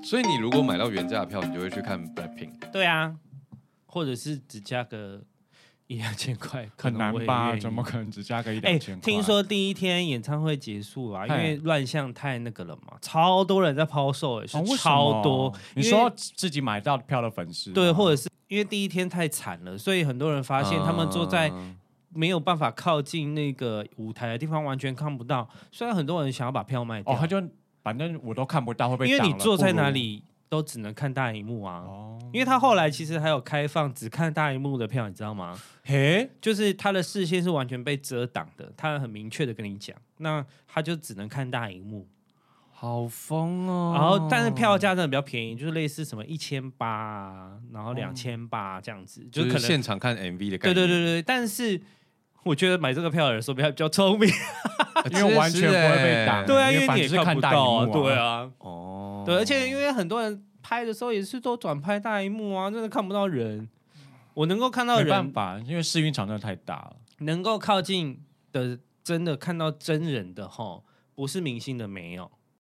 S1: 所以你如果买到原价的票，你就会去看 Blackpink。
S2: 对啊，或者是只加个一两千块，可
S3: 很
S2: 能
S3: 难
S2: 我也
S3: 吧？
S2: 愿意
S3: 怎么可能只加个一
S2: 哎、
S3: 两千块？
S2: 听说第一天演唱会结束啊，因
S3: 嗨
S2: 为乱象太那个了嘛，超多人在抛售、欸，
S3: 哦
S2: 是超多。。
S3: 为什么你
S2: 因为
S3: 说自己买到票的粉丝吗，啊
S2: 对，或者是因为第一天太惨了，所以很多人发现他们坐
S3: 啊
S2: 在
S1: 嗯
S2: 没有办法靠近那个舞台的地方，完全看不到。虽然很多人想要把票卖掉，
S3: 哦，他就反正我都看不到，会被
S2: 因为你
S3: 挡了
S2: 坐在哪？
S3: 不
S2: 里都只能看大荧幕啊。
S3: 如哦，
S2: 因为他后来其实还有开放只看大荧幕的票，你知道吗？
S3: 嘿，
S2: 就是他的视线是完全被遮挡的，他很明确的跟你讲，那他就只能看大荧幕。
S1: 好疯哦，
S2: 然后，但是票价真的比较便宜，就是类似什么一千八，啊然后两千八啊这样子，
S1: 就
S2: 可
S1: 是
S2: 能
S1: 现场看 MV 的
S2: 对
S1: 感觉，
S2: 对对对。但是我觉得买这个票的人说不定还比较聪明，
S1: 对
S3: 啊因为完全不会被挡
S2: 对啊，因
S3: 因为
S2: 为
S3: 反
S2: 你
S3: 正
S2: 也
S3: 是
S2: 看
S3: 看
S2: 不
S3: 大
S2: 到
S3: 荧
S2: 啊，
S3: 幕啊
S2: 对啊，
S1: 哦，
S2: 对，而且因为很多人拍的时候也是都转拍大荧幕啊，真的看不到人。我能够看到
S3: 没办
S2: 人，
S3: 法，因为试运场真的太大了。
S2: 能够靠近的，真的看到真人的吼，不是明星的没有，